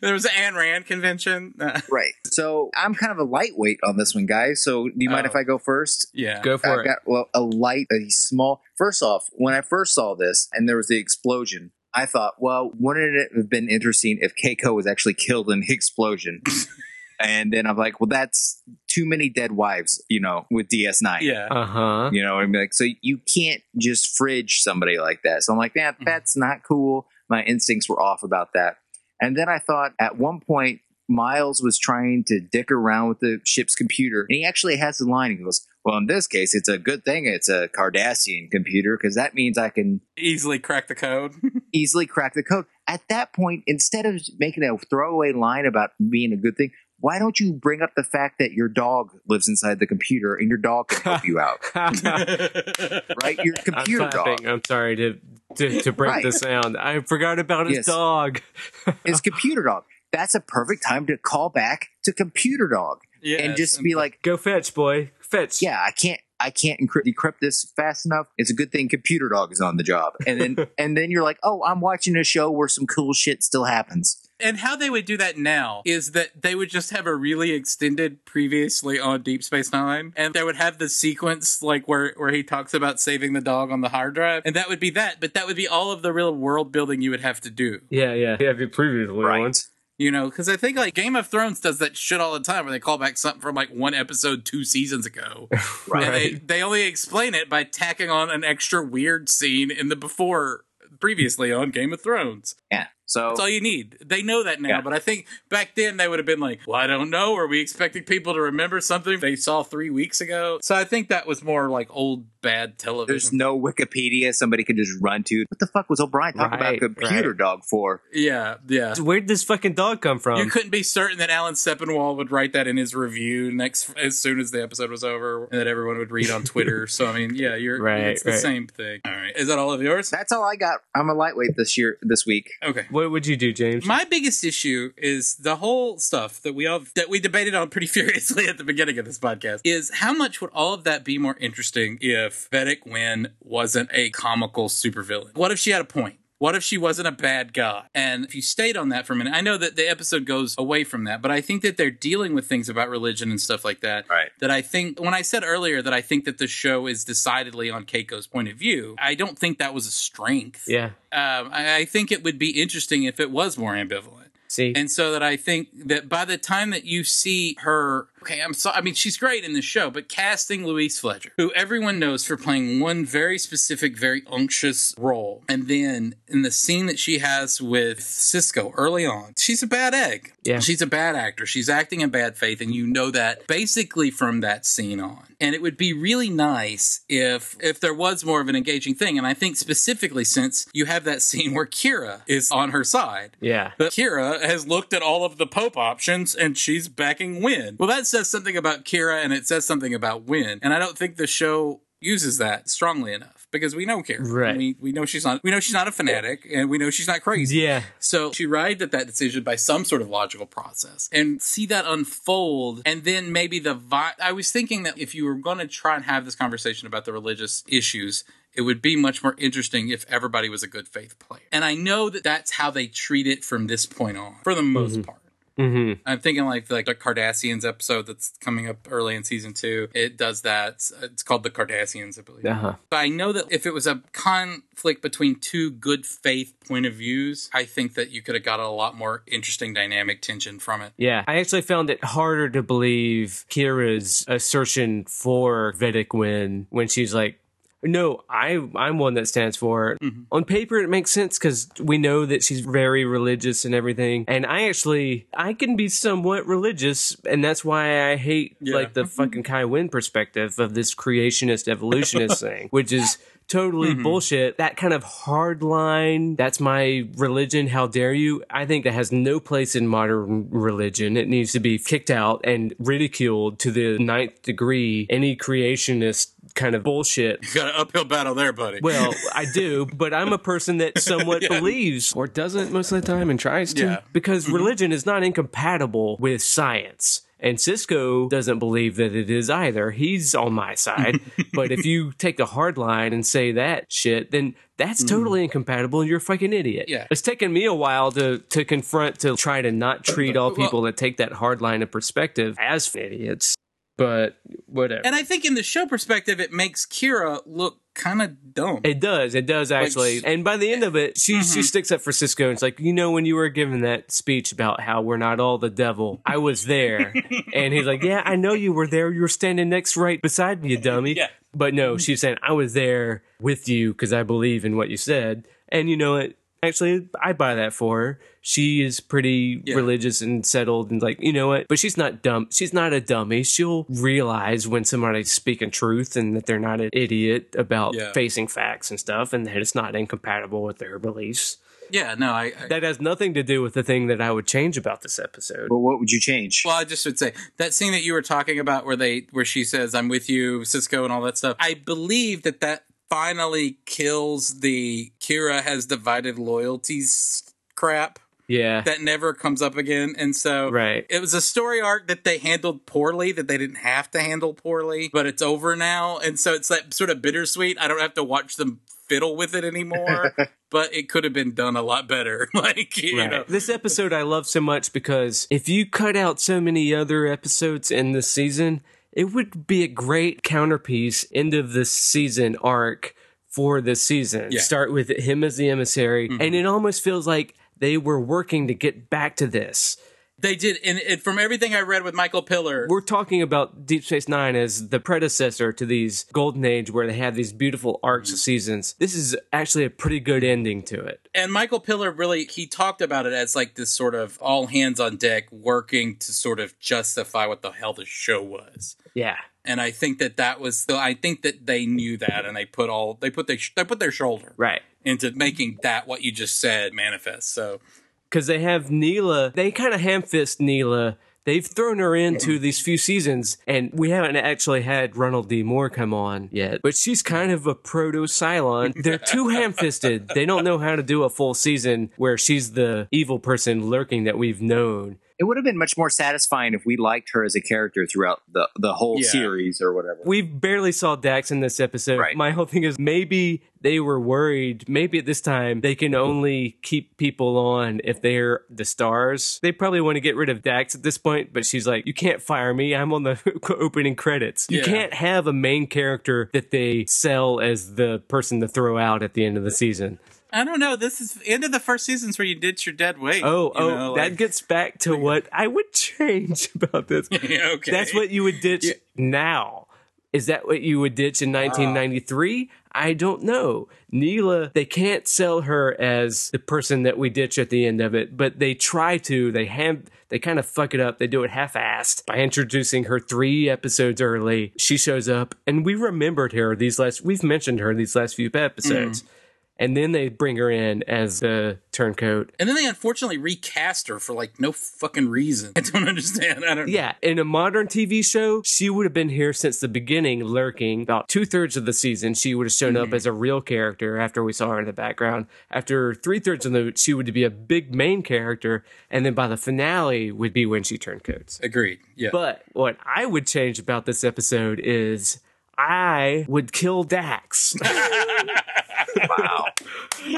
Speaker 3: there was an Ayn Rand convention. Uh,
Speaker 4: right. So I'm kind of a lightweight on this one, guys. So do you mind
Speaker 3: Oh.
Speaker 4: if I go first?
Speaker 3: yeah.
Speaker 2: Go for
Speaker 4: I
Speaker 2: it.
Speaker 4: got well, a light, a small. First off, when I first saw this and there was the explosion, I thought, well, wouldn't it have been interesting if Keiko was actually killed in the explosion? and then I'm like, well, that's too many dead wives, you know, with DS9.
Speaker 3: Yeah.
Speaker 2: Uh huh.
Speaker 4: You know, I'm like, so you can't just fridge somebody like that. So I'm like, nah, that's not cool. My instincts were off about that. And then I thought at one point, Miles was trying to dick around with the ship's computer. And he actually has the line. He goes, Well, in this case, it's a good thing it's a Cardassian computer because that means I can
Speaker 3: Easily crack the code.
Speaker 4: easily crack the code. At that point, instead of making a throwaway line about being a good thing, why don't you bring up the fact that your dog lives inside the computer and your dog can help you out?
Speaker 2: I'm
Speaker 4: Right? Your computer dog.
Speaker 2: clapping. I'm sorry to to, to break
Speaker 4: Right.
Speaker 2: the sound. I forgot about his
Speaker 4: Yes.
Speaker 2: dog.
Speaker 4: It's computer dog. That's a perfect time to call back to computer dog
Speaker 3: Yes,
Speaker 4: and just be like,
Speaker 2: Go fetch, boy. Fetch.
Speaker 4: yeah, I can't, I can't encrypt, decrypt this fast enough. It's a good thing computer dog is on the job. And then, and then you're like, oh, I'm watching a show where some cool shit still happens.
Speaker 3: and how they would do that now is that they would just have a really extended previously on Deep Space Nine, and they would have the sequence like where where he talks about saving the dog on the hard drive, and that would be that. But that would be all of the real world building you would have to do.
Speaker 2: Yeah, yeah. Yeah, the previous ones.
Speaker 3: You know, because I think like Game of Thrones does that shit all the time, where they call back something from like one episode two seasons ago,
Speaker 4: Right.
Speaker 3: and they they only explain it by tacking on an extra weird scene in the before previously on Game of Thrones.
Speaker 4: Yeah. So,
Speaker 3: That's all you need. They know that now,
Speaker 4: Yeah.
Speaker 3: but I think back then they would have been like, "Well, I don't know. Are we expecting people to remember something they saw three weeks ago?" So I think that was more like old bad
Speaker 4: there's
Speaker 3: television.
Speaker 4: no Wikipedia somebody could just run to. What the fuck was O'Brien talking
Speaker 2: Right,
Speaker 4: about computer
Speaker 2: right.
Speaker 4: dog for?
Speaker 3: yeah, yeah.
Speaker 2: Where'd this fucking dog come
Speaker 3: You
Speaker 2: from?
Speaker 3: couldn't be certain that Alan Sepinwall would write that in his review next as soon as the episode was over, and that everyone would read on Twitter. so I mean, yeah, you're
Speaker 2: Right,
Speaker 3: It's the
Speaker 2: right.
Speaker 3: same thing. All right, is that all of yours?
Speaker 4: That's all I got. I'm a lightweight this year, this week.
Speaker 3: Okay.
Speaker 2: what would you do, James?
Speaker 3: My biggest issue is the whole stuff that we all that we debated on pretty furiously at the beginning of this podcast is how much would all of that be more interesting if Vedic Wynn wasn't a comical supervillain? What if she had a point? What if she wasn't a bad guy? And if you stayed on that for a minute, I know that the episode goes away from that, but I think that they're dealing with things about religion and stuff like that
Speaker 4: Right.
Speaker 3: that I think when I said earlier that I think that the show is decidedly on Keiko's point of view, I don't think that was a strength.
Speaker 2: yeah.
Speaker 3: Um, I, I think it would be interesting if it was more ambivalent.
Speaker 2: See.
Speaker 3: And so that I think that by the time that you see her, okay, I'm sorry. I mean, she's great in the show, but casting Louise Fletcher, who everyone knows for playing one very specific, very unctuous role, and then in the scene that she has with Cisco early on, she's a bad egg.
Speaker 2: Yeah.
Speaker 3: she's a bad actor. She's acting in bad faith, and you know that basically from that scene on. And it would be really nice if if there was more of an engaging thing. And I think specifically since you have that scene where Kira is on her side.
Speaker 2: yeah.
Speaker 3: But Kira has looked at all of the Pope options and she's backing Win. Well, that says something about Kira and it says something about Win. And I don't think the show uses that strongly enough because we know Karen.
Speaker 2: Right.
Speaker 3: We, we know she's not we know she's not a fanatic and we know she's not crazy.
Speaker 2: Yeah.
Speaker 3: So she arrived at that decision by some sort of logical process and see that unfold. And then maybe the vi- I was thinking that if you were going to try and have this conversation about the religious issues, it would be much more interesting if everybody was a good faith player. And I know that that's how they treat it from this point on, for the most part.
Speaker 2: Mm-hmm.
Speaker 3: I'm thinking like like the Cardassians episode that's coming up early in season two. It does that. It's, it's called the Cardassians, I believe.
Speaker 2: Uh-huh.
Speaker 3: But I know that if it was a conflict between two good faith point of views, I think that you could have got a lot more interesting dynamic tension from it.
Speaker 2: Yeah, I actually found it harder to believe Kira's assertion for Vedic when when she's like, "No, I I'm one that stands for." It. On paper, it makes sense because we know that she's very religious and everything. And I actually I can be somewhat religious, and that's why I hate
Speaker 3: Yeah.
Speaker 2: like the fucking Kai Wynn perspective of this creationist evolutionist thing, which is totally bullshit. That kind of hard line, that's my religion, how dare you? I think that has no place in modern religion. It needs to be kicked out and ridiculed to the ninth degree, any creationist kind of bullshit.
Speaker 3: You got an uphill battle there, buddy.
Speaker 2: Well, I do, but I'm a person that somewhat believes or doesn't most of the time and tries to
Speaker 3: Yeah. Mm-hmm.
Speaker 2: because religion is not incompatible with science. And Cisco doesn't believe that it is either. He's on my side. but if you take the hard line and say that shit, then that's totally incompatible and you're a fucking idiot.
Speaker 3: Mm-hmm. Yeah.
Speaker 2: It's taken me a while to, to confront, to try to not treat all
Speaker 3: Uh, Well-
Speaker 2: people that take that hard line of perspective as idiots. But whatever.
Speaker 3: and I think in the show perspective, it makes Kira look kind of dumb.
Speaker 2: It does. It does actually. Mm-hmm.
Speaker 3: sh-
Speaker 2: and by the end of it, she she sticks up for Cisco and it's like, you know, when you were giving that speech about how we're not all the devil, I was there. and he's like, yeah, I know you were there. You were standing next right beside me, you dummy.
Speaker 3: Yeah.
Speaker 2: But no, she's saying I was there with you because I believe in what you said. And you know what? Actually, I buy that for her. She is pretty
Speaker 3: Yeah.
Speaker 2: religious and settled, and like you know what. But she's not dumb. She's not a dummy. She'll realize when somebody's speaking truth and that they're not an idiot about
Speaker 3: Yeah.
Speaker 2: facing facts and stuff, and that it's not incompatible with their beliefs.
Speaker 3: yeah, no, I, I
Speaker 2: That has nothing to do with the thing that I would change about this episode.
Speaker 4: But what would you change?
Speaker 3: Well, I just would say that scene that you were talking about, where they, where she says, "I'm with you, Cisco," and all that stuff. I believe that that finally kills the Kira has divided loyalties crap
Speaker 2: yeah,
Speaker 3: that never comes up again, and so
Speaker 2: right.
Speaker 3: it was a story arc that they handled poorly that they didn't have to handle poorly, but it's over now, and so it's that sort of bittersweet. I don't have to watch them fiddle with it anymore, but it could have been done a lot better. like you
Speaker 2: Right.
Speaker 3: know,
Speaker 2: This episode I love so much because if you cut out so many other episodes in this season, it would be a great counterpiece end of the season arc for this season.
Speaker 3: Yeah. Mm-hmm.
Speaker 2: Start with him as the emissary, and it almost feels like they were working to get back to this.
Speaker 3: they did, and, and from everything I read with Michael Pillar.
Speaker 2: We're talking about Deep Space Nine as the predecessor to these Golden Age where they have these beautiful arcs of seasons. This is actually a pretty good ending to it.
Speaker 3: and Michael Pillar really he talked about it as like this sort of all hands on deck working to sort of justify what the hell the show was.
Speaker 2: Yeah.
Speaker 3: And I think that that was the I think that they knew that and they put all they put their they put their shoulder
Speaker 2: Right.
Speaker 3: into making that what you just said manifest. So
Speaker 2: because they have Neela. They kind of ham fist Neela. They've thrown her into these few seasons, and we haven't actually had Ronald D. Moore come on yet. But she's kind of a proto Cylon. They're too ham fisted. They don't know how to do a full season where she's the evil person lurking that we've known.
Speaker 4: it would have been much more satisfying if we liked her as a character throughout the, the whole
Speaker 3: Yeah.
Speaker 4: series or whatever.
Speaker 2: We barely saw Dax in this episode.
Speaker 4: Right.
Speaker 2: My whole thing is maybe they were worried. Maybe at this time they can only keep people on if they're the stars. They probably want to get rid of Dax at this point, but she's like, you can't fire me. I'm on the opening credits. You
Speaker 3: Yeah.
Speaker 2: can't have a main character that they sell as the person to throw out at the end of the season.
Speaker 3: I don't know. This is end of the first seasons where you did your dead weight.
Speaker 2: Oh,
Speaker 3: you
Speaker 2: oh,
Speaker 3: know,
Speaker 2: that
Speaker 3: like-
Speaker 2: gets back to what I would change about this.
Speaker 3: Yeah, okay.
Speaker 2: That's what you would ditch
Speaker 3: Yeah. Ah.
Speaker 2: now. Is that what you would ditch in 1993? I don't know. Neela, they can't sell her as the person that we ditch at the end of it, but they try to. They ham, they kind of fuck it up. They do it half-assed by introducing her three episodes
Speaker 3: Mm.
Speaker 2: early. She shows up, and we remembered her these last. We've mentioned her these last few episodes. and then they bring her in as the turncoat.
Speaker 3: And then they unfortunately recast her for like no fucking reason. I don't understand. I don't.
Speaker 2: Yeah, in a modern TV show, she would have been here since the beginning, lurking. About two thirds of the season, she would have shown up as a real character after we saw her in the background. After three thirds of the, she would be a big main character, and then by the finale would be when she turncoats.
Speaker 3: Agreed. Yeah.
Speaker 2: But what I would change about this episode is I would kill Dax.
Speaker 4: Wow.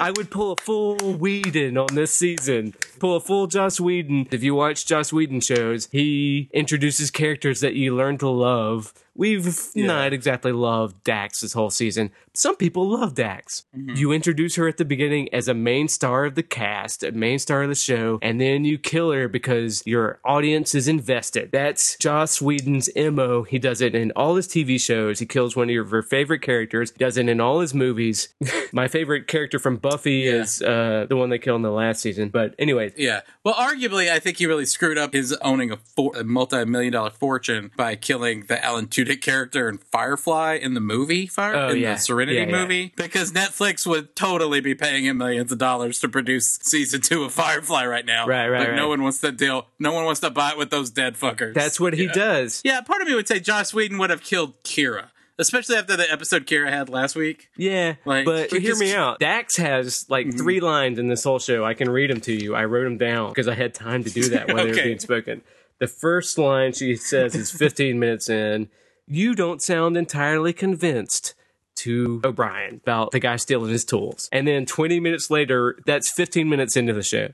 Speaker 2: I would pull a full Whedon on this season. Pull a full Joss Whedon. If you watch Joss Whedon shows, he introduces characters that you learn to love. We've not exactly loved Dax this whole season. Some people love Dax. You introduce her at the beginning as a main star of the cast, a main star of the show, and then you kill her because your audience is invested. That's Joss Whedon's MO. He does it in all his TV shows. He kills one of your favorite characters, does it in all his movies. My favorite character from Buffy is uh, the one they killed in the last season. But anyway,
Speaker 3: Yeah. Well, arguably, I think he really screwed up his owning a, for- a multi-million dollar fortune by killing the Alan Tudyk character in Firefly in the movie Fire
Speaker 2: Oh,
Speaker 3: in
Speaker 2: yeah.
Speaker 3: the Serenity
Speaker 2: Yeah, yeah.
Speaker 3: movie because Netflix would totally be paying him millions of dollars to produce season two of Firefly right now.
Speaker 2: Right, right,
Speaker 3: But
Speaker 2: right.
Speaker 3: no one wants to deal. No one wants to buy it with those dead fuckers.
Speaker 2: that's what he does.
Speaker 3: Yeah. Part of me would say Josh Whedon would have killed Kira, especially after the episode Kira had last week.
Speaker 2: Yeah,
Speaker 3: Like,
Speaker 2: but
Speaker 3: he
Speaker 2: hear
Speaker 3: just- Mm-hmm.
Speaker 2: me out. Dax has like three lines in this whole show. I can read them to you. I wrote them down because I had time to do that while they were
Speaker 3: Okay.
Speaker 2: being spoken. The first line she says is 15 minutes in. You don't sound entirely convinced to O'Brien about the guy stealing his tools. And then 20 minutes later, that's 15 minutes into the show.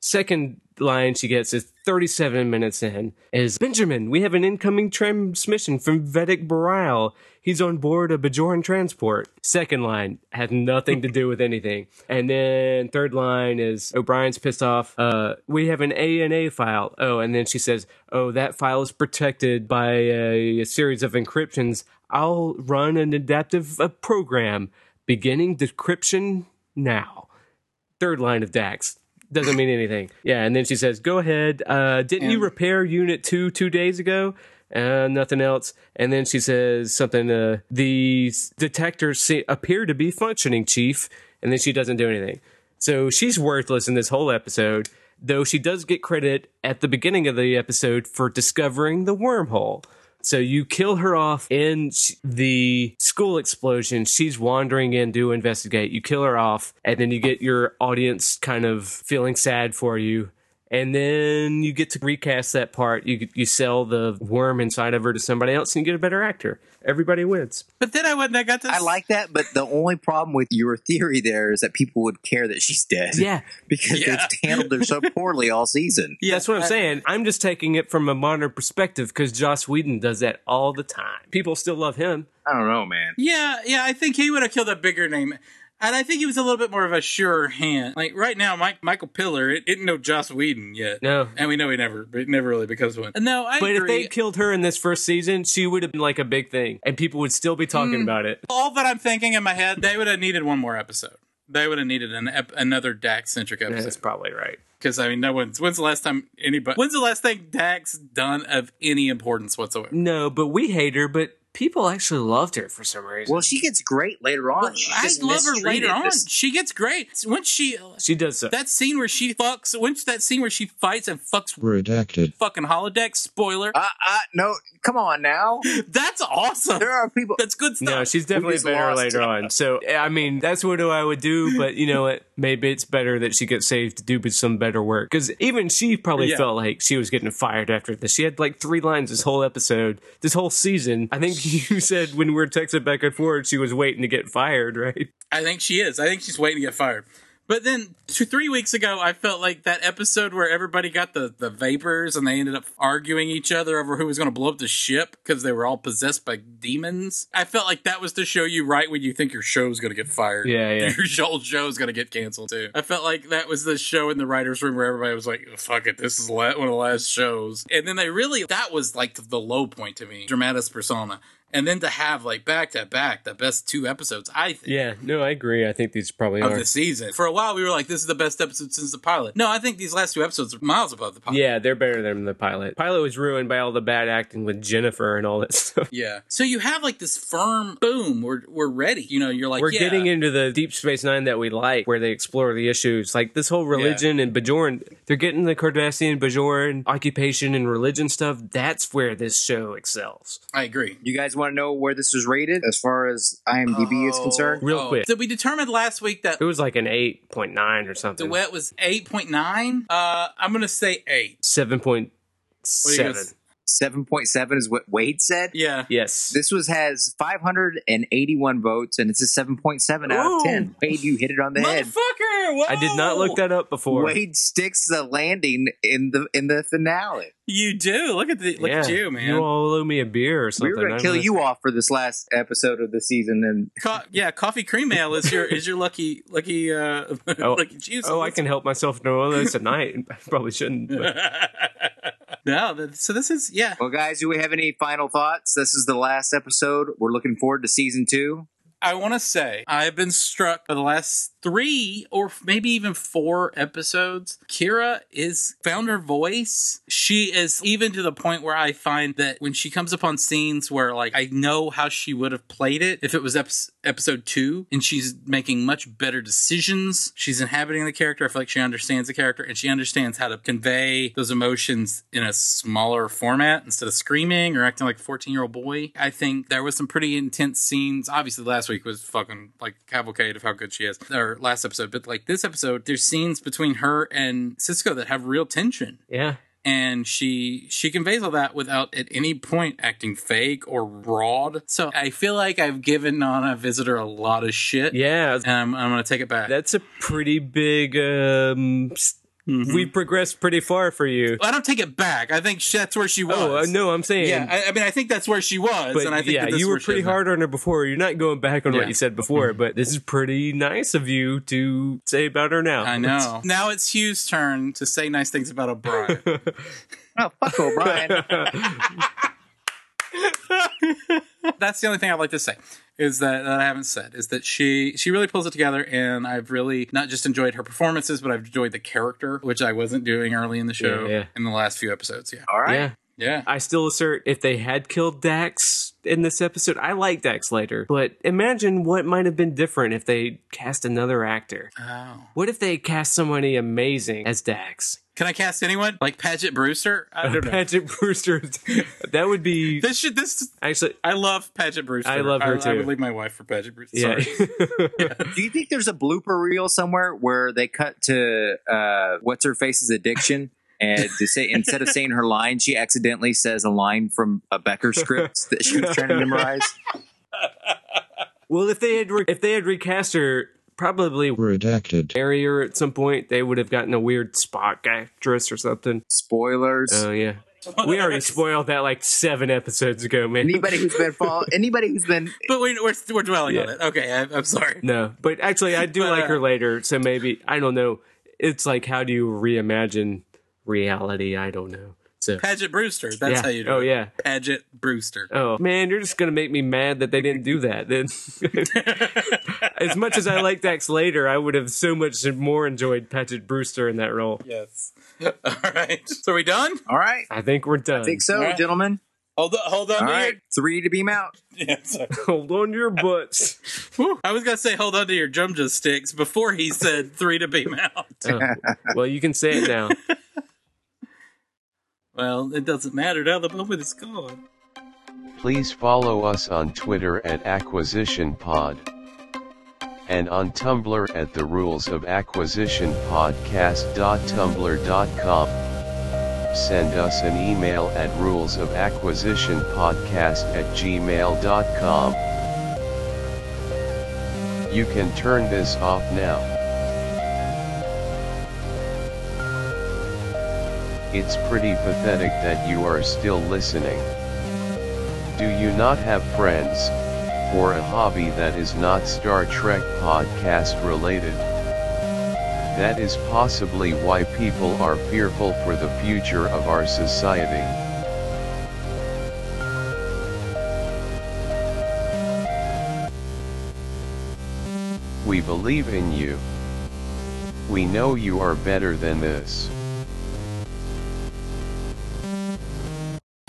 Speaker 2: Second line she gets is 37 minutes in is Benjamin, we have an incoming transmission from Vedic Boreal. He's on board a Bajoran transport. Second line had nothing to do with anything. And then third line is O'Brien's pissed off. Uh, we have an ANA file. Oh, and then she says, oh, that file is protected by a, a series of encryptions. I'll run an adaptive uh, program beginning decryption now third line of Dax. Doesn't mean anything. Yeah, and then she says, "Go ahead. Uh, didn't you repair Unit Two two days ago? Uh, nothing else." And then she says something. Uh, the s- detectors se- appear to be functioning, Chief. And then she doesn't do anything. So she's worthless in this whole episode. Though she does get credit at the beginning of the episode for discovering the wormhole. So you kill her off in sh- the school explosion. She's wandering in to investigate. You kill her off, and then you get your audience kind of feeling sad for you. And then you get to recast that part. You you sell the worm inside of her to somebody else, and you get a better actor. Everybody wins.
Speaker 3: But then I went and I got this.
Speaker 4: I like that, but the only problem with your theory there is that people would care that she's dead.
Speaker 2: Yeah.
Speaker 4: Because
Speaker 3: Yeah.
Speaker 4: they've handled her so poorly all season.
Speaker 3: Yeah,
Speaker 2: That's what I'm
Speaker 3: I-
Speaker 2: saying. I'm just taking it from a modern perspective because Joss Whedon does that all the time. People still love him.
Speaker 4: I don't know, man.
Speaker 3: Yeah, yeah, I think he would have killed a bigger name. And I think he was a little bit more of a sure hand. Like right now, Mike Michael Pillar it, didn't know Joss Whedon yet.
Speaker 2: No.
Speaker 3: And we know he never he never really becomes one. No, I
Speaker 2: But if
Speaker 3: agree.
Speaker 2: they killed her in this first season, she would have been like a big thing, and people would still be
Speaker 3: Hmm.
Speaker 2: talking about it.
Speaker 3: All that I'm thinking in my head, they would have needed one more episode. They would have needed an ep- another Dax centric
Speaker 2: That's
Speaker 3: episode.
Speaker 2: probably right.
Speaker 3: Because I mean, no one's. When's the last time anybody? When's the last thing Dax done of any importance whatsoever?
Speaker 2: No, but we hate her, but people actually loved her for some reason.
Speaker 4: Well, she gets great later on. She's
Speaker 3: I
Speaker 4: just
Speaker 3: love her later
Speaker 4: mistreated
Speaker 3: on.
Speaker 4: this-
Speaker 3: She gets great once she
Speaker 2: she does so.
Speaker 3: that scene where she fucks. Once that scene where she fights and fucks
Speaker 5: redacted.
Speaker 3: fucking holodeck. Spoiler.
Speaker 4: Uh, uh, no, come on now.
Speaker 3: That's awesome.
Speaker 4: There are people.
Speaker 3: That's good stuff.
Speaker 2: no, she's definitely
Speaker 4: just
Speaker 2: better
Speaker 4: lost
Speaker 2: later on. So, I mean, that's what I would do, but you know what? Maybe it's better that she gets saved to do some better work. Because even she probably
Speaker 3: Yeah.
Speaker 2: felt like she was getting fired after this. She had like three lines this whole episode, this whole season. I think you said when we were texting back and forth, she was waiting to get fired, right?
Speaker 3: I think she is. I think she's waiting to get fired. But then two, three weeks ago, I felt like that episode where everybody got the, the vapors and they ended up arguing each other over who was going to blow up the ship because they were all possessed by demons. I felt like that was to show you right when you think your show's going to get fired.
Speaker 2: Yeah, yeah.
Speaker 3: Your whole show's going to get canceled too. I felt like that was the show in the writer's room where everybody was like, fuck it, this is la- one of the last shows. And then they really, that was like the low point to me, Dramatis Persona. and then to have like back to back the best two episodes, I think.
Speaker 2: Yeah, no, I agree. I think these probably
Speaker 3: Of
Speaker 2: are.
Speaker 3: the season. For a while, we were like, this is the best episode since the pilot. No, I think these last two episodes are miles above the pilot.
Speaker 2: Yeah, they're better than the pilot. Pilot was ruined by all the bad acting with Jennifer and all that stuff.
Speaker 3: Yeah. So you have like this firm boom, we're, we're ready. You know, you're like,
Speaker 2: We're
Speaker 3: yeah.
Speaker 2: getting into the Deep Space Nine that we like, where they explore the issues. Like this whole religion and Bajoran, they're getting the Cardassian, Bajoran occupation and religion stuff. That's where this show excels.
Speaker 3: I agree.
Speaker 4: You guys want to know where this was rated as far as IMDb is concerned?
Speaker 2: Real
Speaker 3: Oh.
Speaker 2: quick.
Speaker 3: So we determined last week that
Speaker 2: It was like an 8.9 or something.
Speaker 3: the wet was 8.9. Uh, I'm going to say 8.
Speaker 2: 7.7.
Speaker 3: What do you guys-
Speaker 4: 7.7 is what Wade said.
Speaker 3: Yeah.
Speaker 2: Yes.
Speaker 4: This was has 581 votes and it's a 7.7 out
Speaker 2: Ooh.
Speaker 4: of 10. Wade, you hit it on the head.
Speaker 3: Motherfucker! Whoa!
Speaker 2: I did not look that up before.
Speaker 4: Wade sticks the landing in the in the finale.
Speaker 3: You do. Look at the look
Speaker 2: Yeah.
Speaker 3: at you, man.
Speaker 2: You all owe me a beer or
Speaker 4: We
Speaker 2: something.
Speaker 4: were gonna
Speaker 2: I
Speaker 4: kill
Speaker 2: don't know.
Speaker 4: you off for this last episode of the season, and
Speaker 3: Co- yeah, coffee cream ale is your is your lucky lucky uh
Speaker 2: Oh,
Speaker 3: lucky juice.
Speaker 2: oh, I can help myself to one of those tonight. I probably shouldn't. But.
Speaker 3: no, that- so this is yeah.
Speaker 4: well, guys, do we have any final thoughts? This is the last episode. We're looking forward to season two.
Speaker 3: I want to say I've been struck by the last three or maybe even four episodes. Kira is found her voice. She is even to the point where I find that when she comes upon scenes where like I know how she would have played it if it was ep- episode two, and she's making much better decisions. She's inhabiting the character. I feel like she understands the character and she understands how to convey those emotions in a smaller format instead of screaming or acting like a 14 year old boy. I think there was some pretty intense scenes. Obviously, last week was fucking like cavalcade of how good she is, or last episode, but like this episode, there's scenes between her and Cisco that have real tension
Speaker 2: Yeah.
Speaker 3: and she she conveys all that without at any point acting fake or broad. So I feel like I've given Nana Visitor a lot of shit.
Speaker 2: Yeah.
Speaker 3: and I'm, I'm gonna take it back.
Speaker 2: That's a pretty big. um s- We've progressed pretty far for you.
Speaker 3: I don't take Mm-hmm. it back. I think that's where she was.
Speaker 2: Oh, uh, no, I'm saying.
Speaker 3: Yeah, I, I mean, I think that's where she was,
Speaker 2: but
Speaker 3: and I think
Speaker 2: yeah,
Speaker 3: that that's
Speaker 2: you
Speaker 3: where
Speaker 2: were
Speaker 3: she
Speaker 2: pretty
Speaker 3: is now.
Speaker 2: hard on her before. You're not going back on
Speaker 3: Yeah. Mm-hmm.
Speaker 2: what you said before, but this is pretty nice of you to say about her now.
Speaker 3: I know. now it's Hugh's turn to say nice things about O'Brien.
Speaker 4: Oh fuck, O'Brien!
Speaker 3: that's the only thing I'd like to say is that, that I haven't said is that she she really pulls it together, and I've really not just enjoyed her performances, but I've enjoyed the character, which I wasn't doing early in the show
Speaker 2: Yeah, yeah.
Speaker 3: in the last few episodes. Yeah,
Speaker 4: All right,
Speaker 2: Yeah.
Speaker 3: yeah.
Speaker 2: I still assert if they had killed Dax in this episode, I like Dax later, but imagine what might have been different if they cast another actor.
Speaker 3: Oh.
Speaker 2: What if they cast somebody amazing as Dax?
Speaker 3: Can I cast anyone like Paget Brewster? I don't know.
Speaker 2: Patrick Brewster. That would be
Speaker 3: This should this.
Speaker 2: actually.
Speaker 3: I love Paget Brewster.
Speaker 2: I love her
Speaker 3: I,
Speaker 2: too.
Speaker 3: would leave my wife for Paget Brewster.
Speaker 2: Yeah.
Speaker 3: Sorry.
Speaker 4: Do you think there's a blooper reel somewhere where they cut to uh, what's her face's addiction? And to say instead of saying her line, she accidentally says a line from a Becker script that she was trying to memorize.
Speaker 2: well, if they had re- if they had recast her, probably
Speaker 5: redacted,
Speaker 2: earlier at some point, they would have gotten a weird Spock actress or something.
Speaker 4: Spoilers.
Speaker 2: Oh yeah. We already spoiled that like seven episodes ago, man.
Speaker 4: anybody who's been fall, anybody who's been
Speaker 3: But we, we're we're dwelling on it. Okay, I, I'm sorry.
Speaker 2: No, but actually, I do like her later. So maybe I don't know. It's like how do you reimagine reality? I don't know. So
Speaker 3: Paget Brewster. That's
Speaker 2: yeah.
Speaker 3: how you do
Speaker 2: oh
Speaker 3: it.
Speaker 2: yeah.
Speaker 3: Paget Brewster.
Speaker 2: Oh man, you're just gonna make me mad that they didn't do that. Then, as much as I like Dax later, I would have so much more enjoyed Patrick Brewster in that role.
Speaker 3: Yes. All right. So are we done?
Speaker 4: all right.
Speaker 2: I think we're done.
Speaker 4: Think so,
Speaker 3: Alright.
Speaker 4: gentlemen.
Speaker 3: Hold on. Hold on.
Speaker 4: All
Speaker 3: to your-
Speaker 4: right, three to beam out.
Speaker 3: Yeah, sorry.
Speaker 2: Hold on to your butts.
Speaker 3: Whew. I was gonna say hold on to your jumja sticks before he said three to beam out.
Speaker 2: Oh, well, you can say it now.
Speaker 3: Well, it doesn't matter now the moment is gone.
Speaker 1: Please follow us on Twitter at Acquisition Pod and on Tumblr at the rules of acquisition podcast.tumblr.com. Send us an email at rules of acquisition podcast at gmail.com. You can turn this off now. It's pretty pathetic that you are still listening. Do you not have friends, or a hobby that is not Star Trek podcast related? That is possibly why people are fearful for the future of our society. We believe in you. We know you are better than this.